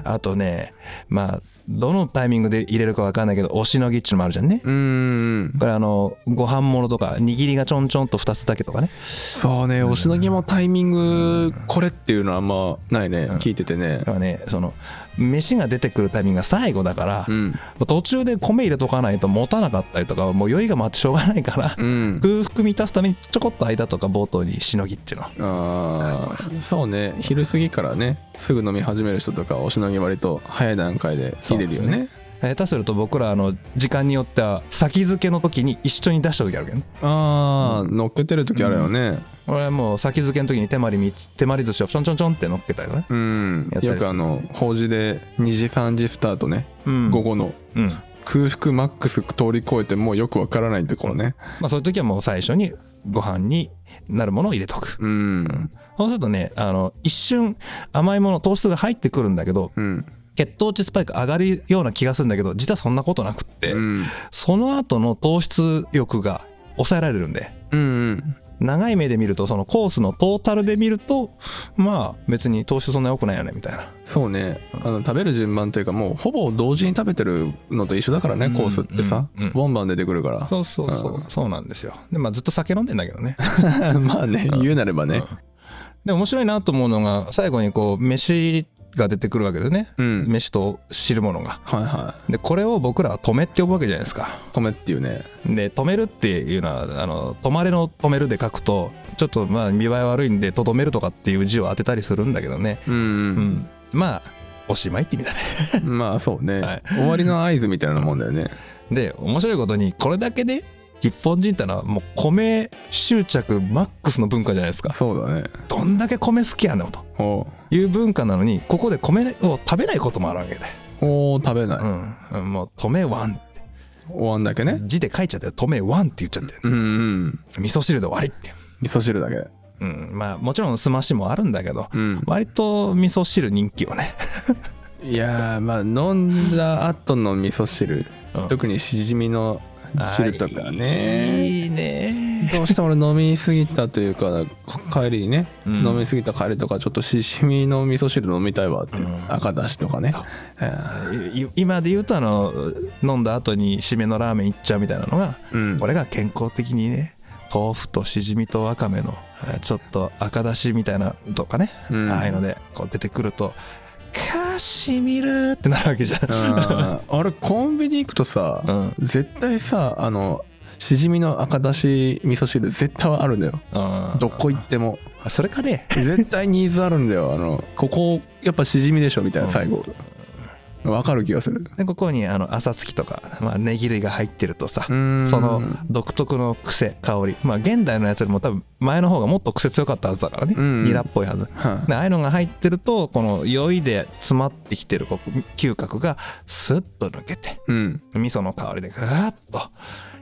B: あとねまあどのタイミングで入れるかわかんないけどおしのぎっちゅうのもあるじゃんね
A: うーん
B: これあのご飯物とか握りがちょんちょんと2つだけとかね
A: そうねおしのぎもタイミングこれっていうのはあんまないね聞いててね
B: だからねその飯が出てくるタイミングが最後だから、
A: うん
B: 途中で米入れとかないと持たなかったりとかもう酔いが回ってしょうがないから、
A: うん
B: 空腹満たすためにちょこっと間とか冒頭にしのぎっていうの
A: あーそうね昼過ぎからねすぐ飲み始める人とかおしのぎ割と早い段階で入れるよ
B: そうです
A: ね
B: 下手すると僕らあの時間によっては先付けの時に一緒に出した時あるけどね
A: ああ乗っけてる時あるよね
B: 俺はもう先付けの時に手まり三つ手まり寿司をちょんちょんちょんって乗っけたよね
A: うん
B: やったりする
A: よくあの法事で2時3時スタートね
B: うん
A: 午後の
B: うん
A: 空腹マックス通り越えてもうよくわからないところね
B: まあそういう時はもう最初にご飯になるものを入れとく
A: うん
B: そうするとねあの一瞬甘いもの糖質が入ってくるんだけど
A: うん
B: 血糖値スパイク上がるような気がするんだけど実はそんなことなくって、
A: うん
B: その後の糖質欲が抑えられるんで、
A: うんうん
B: 長い目で見ると、そのコースのトータルで見ると、まあ別に糖質そんな良くないよね、みたいな。
A: そうねあの食べる順番というかもうほぼ同時に食べてるのと一緒だからねコースってさ
B: うんうん
A: ボンバン出てくるから
B: そうそうそう。そうなんですよ。で、まあずっと酒飲んでんだけどね。 [LAUGHS]
A: [LAUGHS] まあね言うなればね
B: で、面白いなと思うのが、最後にこう、飯が出てくるわけでね。
A: うん
B: 飯と汁物が。
A: はいは
B: で、これを僕らは止めって呼ぶわけじゃないですか。
A: い米っていうね
B: で、止めるっていうのは、あの、止まれの止めるで書くと、ちょっとまあ見栄え悪いんで、とどめるとかっていう字を当てたりするんだけどね。
A: う
B: うんん。まあ、おしまいって意味だね。
A: まあそうね
B: はい
A: 終わりの合図みたいなもんだよね
B: で面白いことにこれだけで日本人ってのはもう米執着マックスの文化じゃないですか
A: そうだね
B: どんだけ米好きやねんと
A: おう
B: いう文化なのにここで米を食べないこともあるわけで、
A: おう食べない
B: うんうん、もう「米ワン
A: お椀だけ」ね
B: 字で書いちゃって「米ワン」って言っちゃって、
A: うんうん
B: 味噌汁で終わりっていう、
A: 味噌汁だけ
B: うん、まあもちろんすましもあるんだけど、
A: うん
B: 割と味噌汁人気よね
A: いやーまあ飲んだ後の味噌汁、
B: うん
A: 特にしじみの知るとかね
B: いいね
A: どうしても俺飲みすぎたというか帰りにね、
B: うん
A: 飲みすぎた帰りとかちょっとししみの味噌汁飲みたいわって、赤だしとかね、
B: い今で言うとあの飲んだ後に締めのラーメンいっちゃうみたいなのが、
A: うん
B: これが健康的にね豆腐としじみとわかめのえーちょっと赤だしみたいなのとかね、
A: うん
B: ああいうのでこう出てくると「かしみる!」ってなるわけじゃん。
A: あーあれコンビニ行くとさ、
B: う
A: 絶対さあのしじみの赤だし味噌汁絶対はあるんだよ
B: うん
A: どこ行っても
B: それかね
A: 絶対ニーズあるんだよあのここやっぱしじみでしょみたいな最後わかる気がする
B: でここにあの朝月とか、まあ、ネギ類が入ってるとさ
A: うーん
B: その独特の癖香りまあ現代のやつよりも多分前の方がもっと癖強かったはずだからね、
A: うん
B: ニラっぽいはず
A: はい
B: でああいうのが入ってるとこの酔いで詰まってきてるこう嗅覚がスッと抜けて
A: うん
B: 味噌の香りでガーッと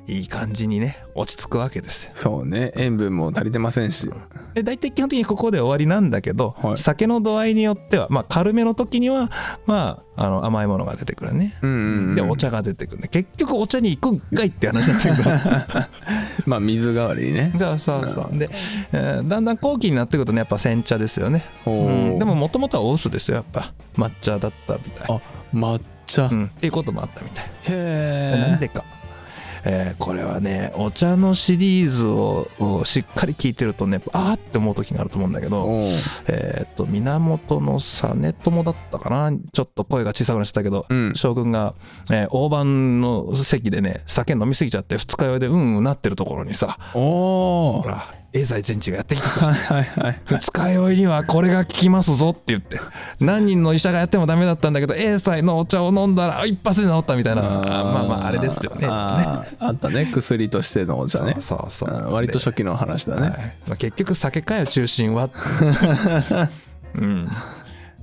B: いい感じにね落ち着くわけですよ
A: そうね塩分も足りてませんし
B: で大体基本的にここで終わりなんだけど、
A: はい
B: 酒の度合いによってはまあ軽めの時にはまああの甘いものが出てくるね、
A: うんうん、うん、
B: でお茶が出てくるね結局お茶に行くんかいって話なんだ
A: [LAUGHS]
B: けど
A: まあ水代わりにね
B: じゃあそうそうで、えーだんだん後期になってくるとねやっぱ煎茶ですよね、
A: おー
B: うんでももともとはお薄ですよやっぱ抹茶だったみたい
A: あ抹茶、
B: う
A: へ
B: ん、っていうこともあったみたい、
A: え
B: なんでか、えーこれはねお茶のシリーズををしっかり聞いてるとねあーって思う時があると思うんだけど
A: おう
B: えーっと源の実朝だったかなちょっと声が小さくなっちゃったけど、
A: うん
B: 将軍が、えー大判の席でね酒飲みすぎちゃって二日酔いでうんうんなってるところにさ
A: お
B: ほ
A: ー [LAUGHS]
B: ら永西全治がやってきてさ
A: はいはいはい
B: 二日酔いにはこれが効きますぞって言って何人の医者がやってもダメだったんだけど A 歳のお茶を飲んだらあ一発で治ったみたいなまあまああれですよね。
A: あーあったね薬としてのお茶ね
B: そうそうそう
A: あー割と初期の話だ
B: はい
A: ね
B: まあ結局酒かよ中心
A: [LAUGHS]
B: は。うん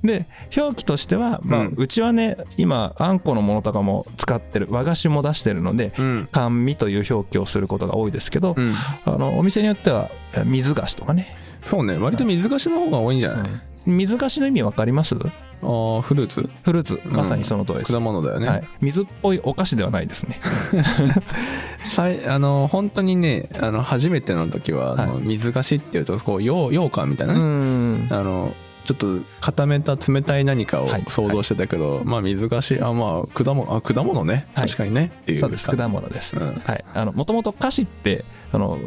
B: で表記としては、まあう
A: うん
B: ちはね今あんこのものとかも使ってる和菓子も出してるので、
A: うん
B: 甘味という表記をすることが多いですけど、
A: うん
B: あのお店によってはえ水菓子とかね
A: そうね割と水菓子の方が多いんじゃない、
B: 水菓子の意味わかります
A: ああフルーツ
B: フルーツまさにその通りです、
A: 果物だよね、
B: はい、水っぽいお菓子ではないです
A: [LAUGHS]
B: ね
A: さいあの本当にねあの初めての時は、あの水菓子っていうとこうよう羊羹みたいなね、
B: ん
A: あのちょっと固めた冷たい何かを
B: はい
A: 想像してたけど、まあ水菓子あまあ果物あ果物ね、
B: はい
A: 確かにねっていう
B: そうです
A: 感じ
B: 果物です、
A: うん
B: はいあのもともと菓子ってあの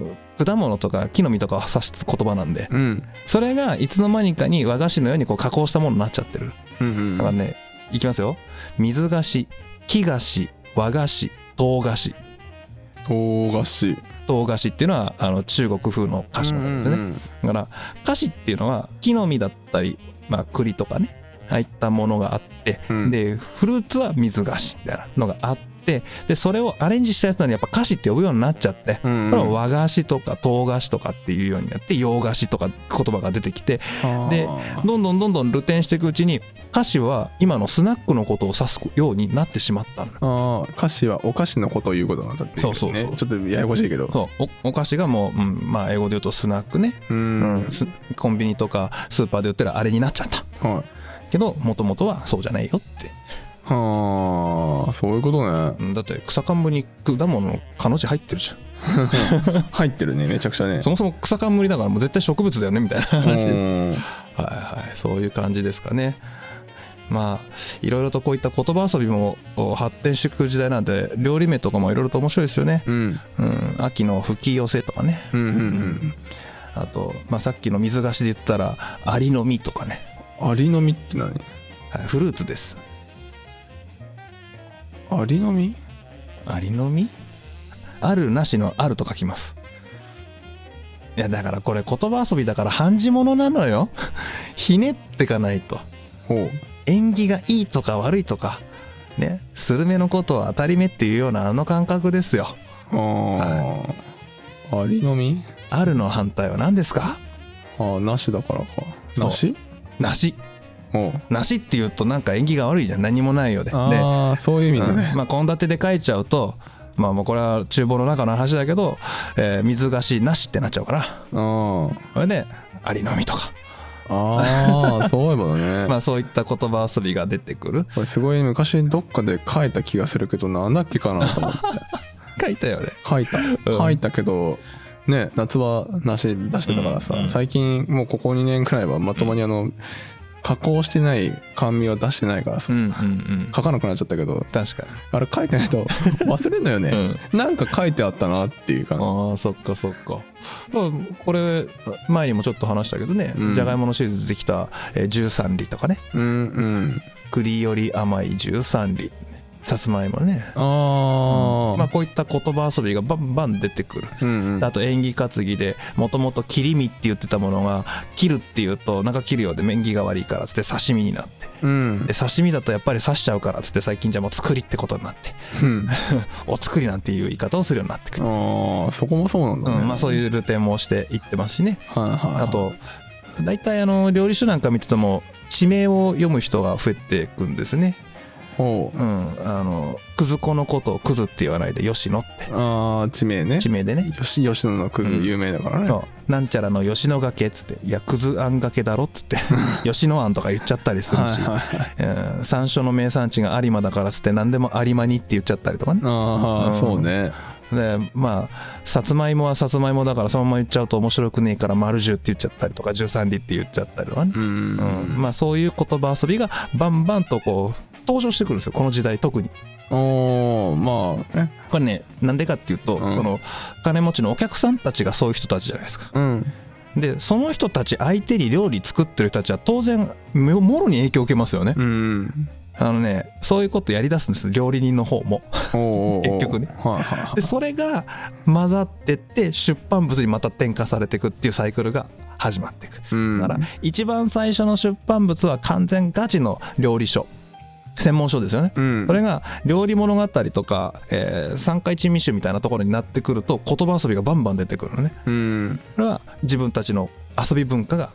B: 果物とか木の実とかを指す言葉なんで
A: うん
B: それがいつの間にかに和菓子のようにこう加工したものになっちゃってる
A: うんうん
B: だからねいきますよ水菓子木菓子和菓子唐菓子
A: 唐菓子
B: 唐菓子っていうのはあの中国風の菓子のことですね、
A: うんうんうん
B: だから菓子っていうのは木の実だったり、まあ、栗とかねああいったものがあって、
A: うん
B: でフルーツは水菓子みたいなのがあってでそれをアレンジしたやつなのにやっぱ菓子って呼ぶようになっちゃって、
A: うんうん
B: これは和菓子とか唐菓子とかっていうようになって洋菓子とか言葉が出てきて
A: あー
B: でどんどんどんどん露店していくうちに菓子は今のスナックのことを指すようになってしまったの
A: あー菓子はお菓子のことを言うことなんだっていね
B: そうそうそう
A: ちょっとややこしいけど
B: そうおお菓子がもう、うんまあ、英語で言うとスナックね、
A: う
B: うん
A: ん、
B: すコンビニとかスーパーで売ってるあれになっちゃった
A: はい
B: けどもともとはそうじゃないよって、
A: はあそういうことね
B: うんだって草冠に果物のかの字入ってるじゃん
A: 入ってるねめちゃくちゃね
B: そもそも草冠だからもう絶対植物だよねみたいな話です
A: うん
B: はいはいそういう感じですかねまあいろいろとこういった言葉遊びもお発展していく時代なんで料理名とかもいろいろと面白いですよね、
A: うん
B: うん、秋の吹き寄せとかね
A: うんうんうん
B: あと、まあ、さっきの水菓子で言ったらアリの実とかね
A: アリの実って何
B: はいフルーツです
A: アリの実
B: アリの実あるなしのあると書きます。いや、だからこれ言葉遊びだから漢字ものなのよ。 [LAUGHS] ひねってかないと。
A: ほう
B: 縁起がいいとか悪いとか、ね、スルメのことを当たり目っていうようなあの感覚ですよ。
A: ああ、アリの実
B: あるの反対は何ですか
A: ああなしだからか
B: そう
A: なし
B: 梨。
A: おう
B: 梨って言うとなんか縁起が悪いじゃん。何もないようで。で、
A: ああそういう意味だ
B: う
A: ね
B: んまあ献立で書いちゃうと、まあもうこれは厨房の中の話だけど、えー水菓子なしってなっちゃうから。
A: あ
B: それで、アリの実とか。
A: ああーそういえば [LAUGHS] だね
B: まあそういった言葉遊びが出てくる。
A: [LAUGHS] これすごい昔どっかで書いた気がするけどなんだっけかなと思って
B: 書いたよね。
A: 書いた書いたけど、ね夏場なし出してたからさ、
B: うんうん
A: 最近もうここ2年くらいはまともにあの、加工してない甘味は出してないから
B: う
A: さ、
B: んうんうん。
A: 書かなくなっちゃったけど
B: 確かに。
A: あれ書いてない
B: [LAUGHS]
A: と忘れんのよね、なんか書いてあったなっていう感じ
B: ああ、そっかそっか。まあ、これ、前にもちょっと話したけどね
A: う、ん
B: じゃがいものシリーズできた、えー13里とかね、
A: うんうん
B: 栗より甘い13里、さつまいもね。
A: ああ、
B: まあ、こういった言葉遊びがバンバン出てくる。
A: うんうん
B: あと縁起担ぎでもともと切り身って言ってたものが切るっていうとなんか切るようで縁起が悪いからっつって刺身になって
A: うん
B: で刺身だとやっぱり刺しちゃうからっつって最近じゃもう作りってことになって
A: うん
B: お作りなんていう言い方をするようになってくる、
A: ああそこもそうなんだね、
B: うんまあ、そういうルテンもしていってますしね
A: はいはいはい
B: あと大体あの料理酒なんか見てても地名を読む人が増えていくんですね
A: おう
B: うんあのくず子のことをくずって言わないで吉野って
A: ああ地名ね
B: 地名でね
A: 吉吉野のクズ有名だからね、
B: そうなんちゃらの吉野崖っつって「いやくずあんがけだろ」っつって
A: [LAUGHS]
B: 吉野あんとか言っちゃったりするし、
A: はいはいはい
B: うん、山椒の名産地が有馬だからっつって何でも有馬にって言っちゃったりとかね
A: ああ、
B: うん
A: そうね
B: でまあさつまいもはさつまいもだからそのまま言っちゃうと面白くねえから丸十って言っちゃったりとか十三里って言っちゃったりとかね、
A: うん、
B: うんまあそういう言葉遊びがバンバンとこう登場してくるんですよこの時代特に
A: おーまあね
B: これねなんでかっていうと、
A: うん
B: その金持ちのお客さんたちがそういう人たちじゃないですか
A: うん
B: でその人たち相手に料理作ってる人たちは当然ももろに影響を受けますよね、
A: うん
B: あのねそういうことやりだすんです料理人の方も
A: おーおーおー
B: 結局ね
A: はいはいはい
B: でそれが混ざってって出版物にまた転化されていくっていうサイクルが始まっていく、
A: うん
B: だから一番最初の出版物は完全ガチの料理書専門書ですよね、
A: うん
B: それが料理物語とか、えー三回珍味集みたいなところになってくると言葉遊びがバンバン出てくるのね
A: うん
B: これは自分たちの遊び文化が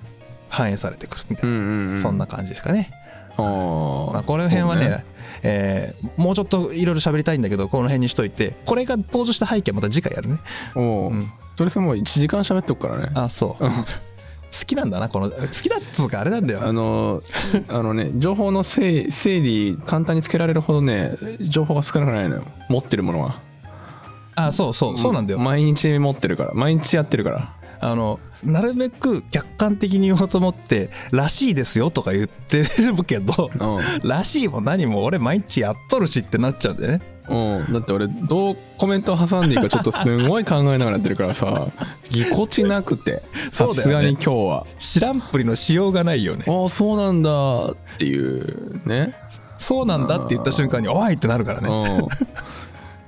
B: 反映されてくるみたいな
A: うんうんうん
B: そんな感じですかね。
A: あー
B: まあ、この辺はね
A: そう
B: えーもうちょっといろいろ喋りたいんだけど、この辺にしといて、これが登場した背景はまた次回やるね。
A: おうとりあえずもう1時間喋っとくからね
B: あ、そう。好きなんだな、この、好きだっつうか、あれなんだ
A: あ
B: よ。
A: のあのね情報の整理整理簡単につけられるほどね情報が少なくないのよ持ってるものは
B: あ、そうそう、そうなんだよ。
A: 毎日持ってるから毎日やってるから
B: あの、なるべく客観的に言おうと思って、らしいですよとか言ってるけど、
A: う
B: らしいも何も俺毎日やっとるしってなっちゃうんだよね。
A: うん、だって俺どうコメントを挟んでいいかちょっとすごい考えながらやってるからさぎこちなくて
B: そ
A: さ
B: うだよね
A: すがに今日は
B: 知らんぷりのしようがないよね。
A: ああそうなんだっていうね
B: そうなんだって言った瞬間に、おいってなるからね。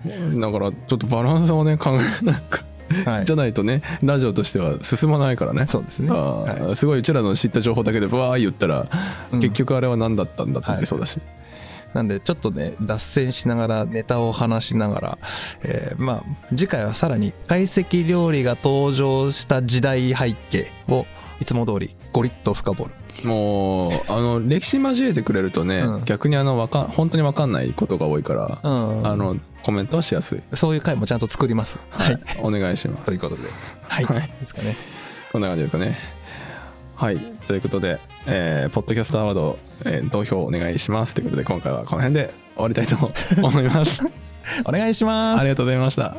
A: うんだからちょっとバランスをね考えなく
B: はい
A: じゃないとねラジオとしては進まないからね
B: そうですね
A: あー
B: は
A: すごいうちらの知った情報だけでわー言ったら、結局あれは何だったんだってなりそうだし、
B: なんでちょっとね脱線しながらネタを話しながら、えーまあ次回はさらに懐石料理が登場した時代背景をいつも通りゴリッと深掘る
A: もうあの歴史交えてくれるとね、
B: うん
A: 逆にあのわかん本当に分かんないことが多いから、
B: うん
A: あのコメントはしやすい
B: そういう回もちゃんと作りますはい
A: お願いします
B: [LAUGHS] ということではい、
A: はい
B: ですかね
A: こんな感じですかねはいということで、えーポッドキャストアワード、えー投票お願いしますということで今回はこの辺で終わりたいと思います [LAUGHS]
B: お願いします
A: ありがとうございました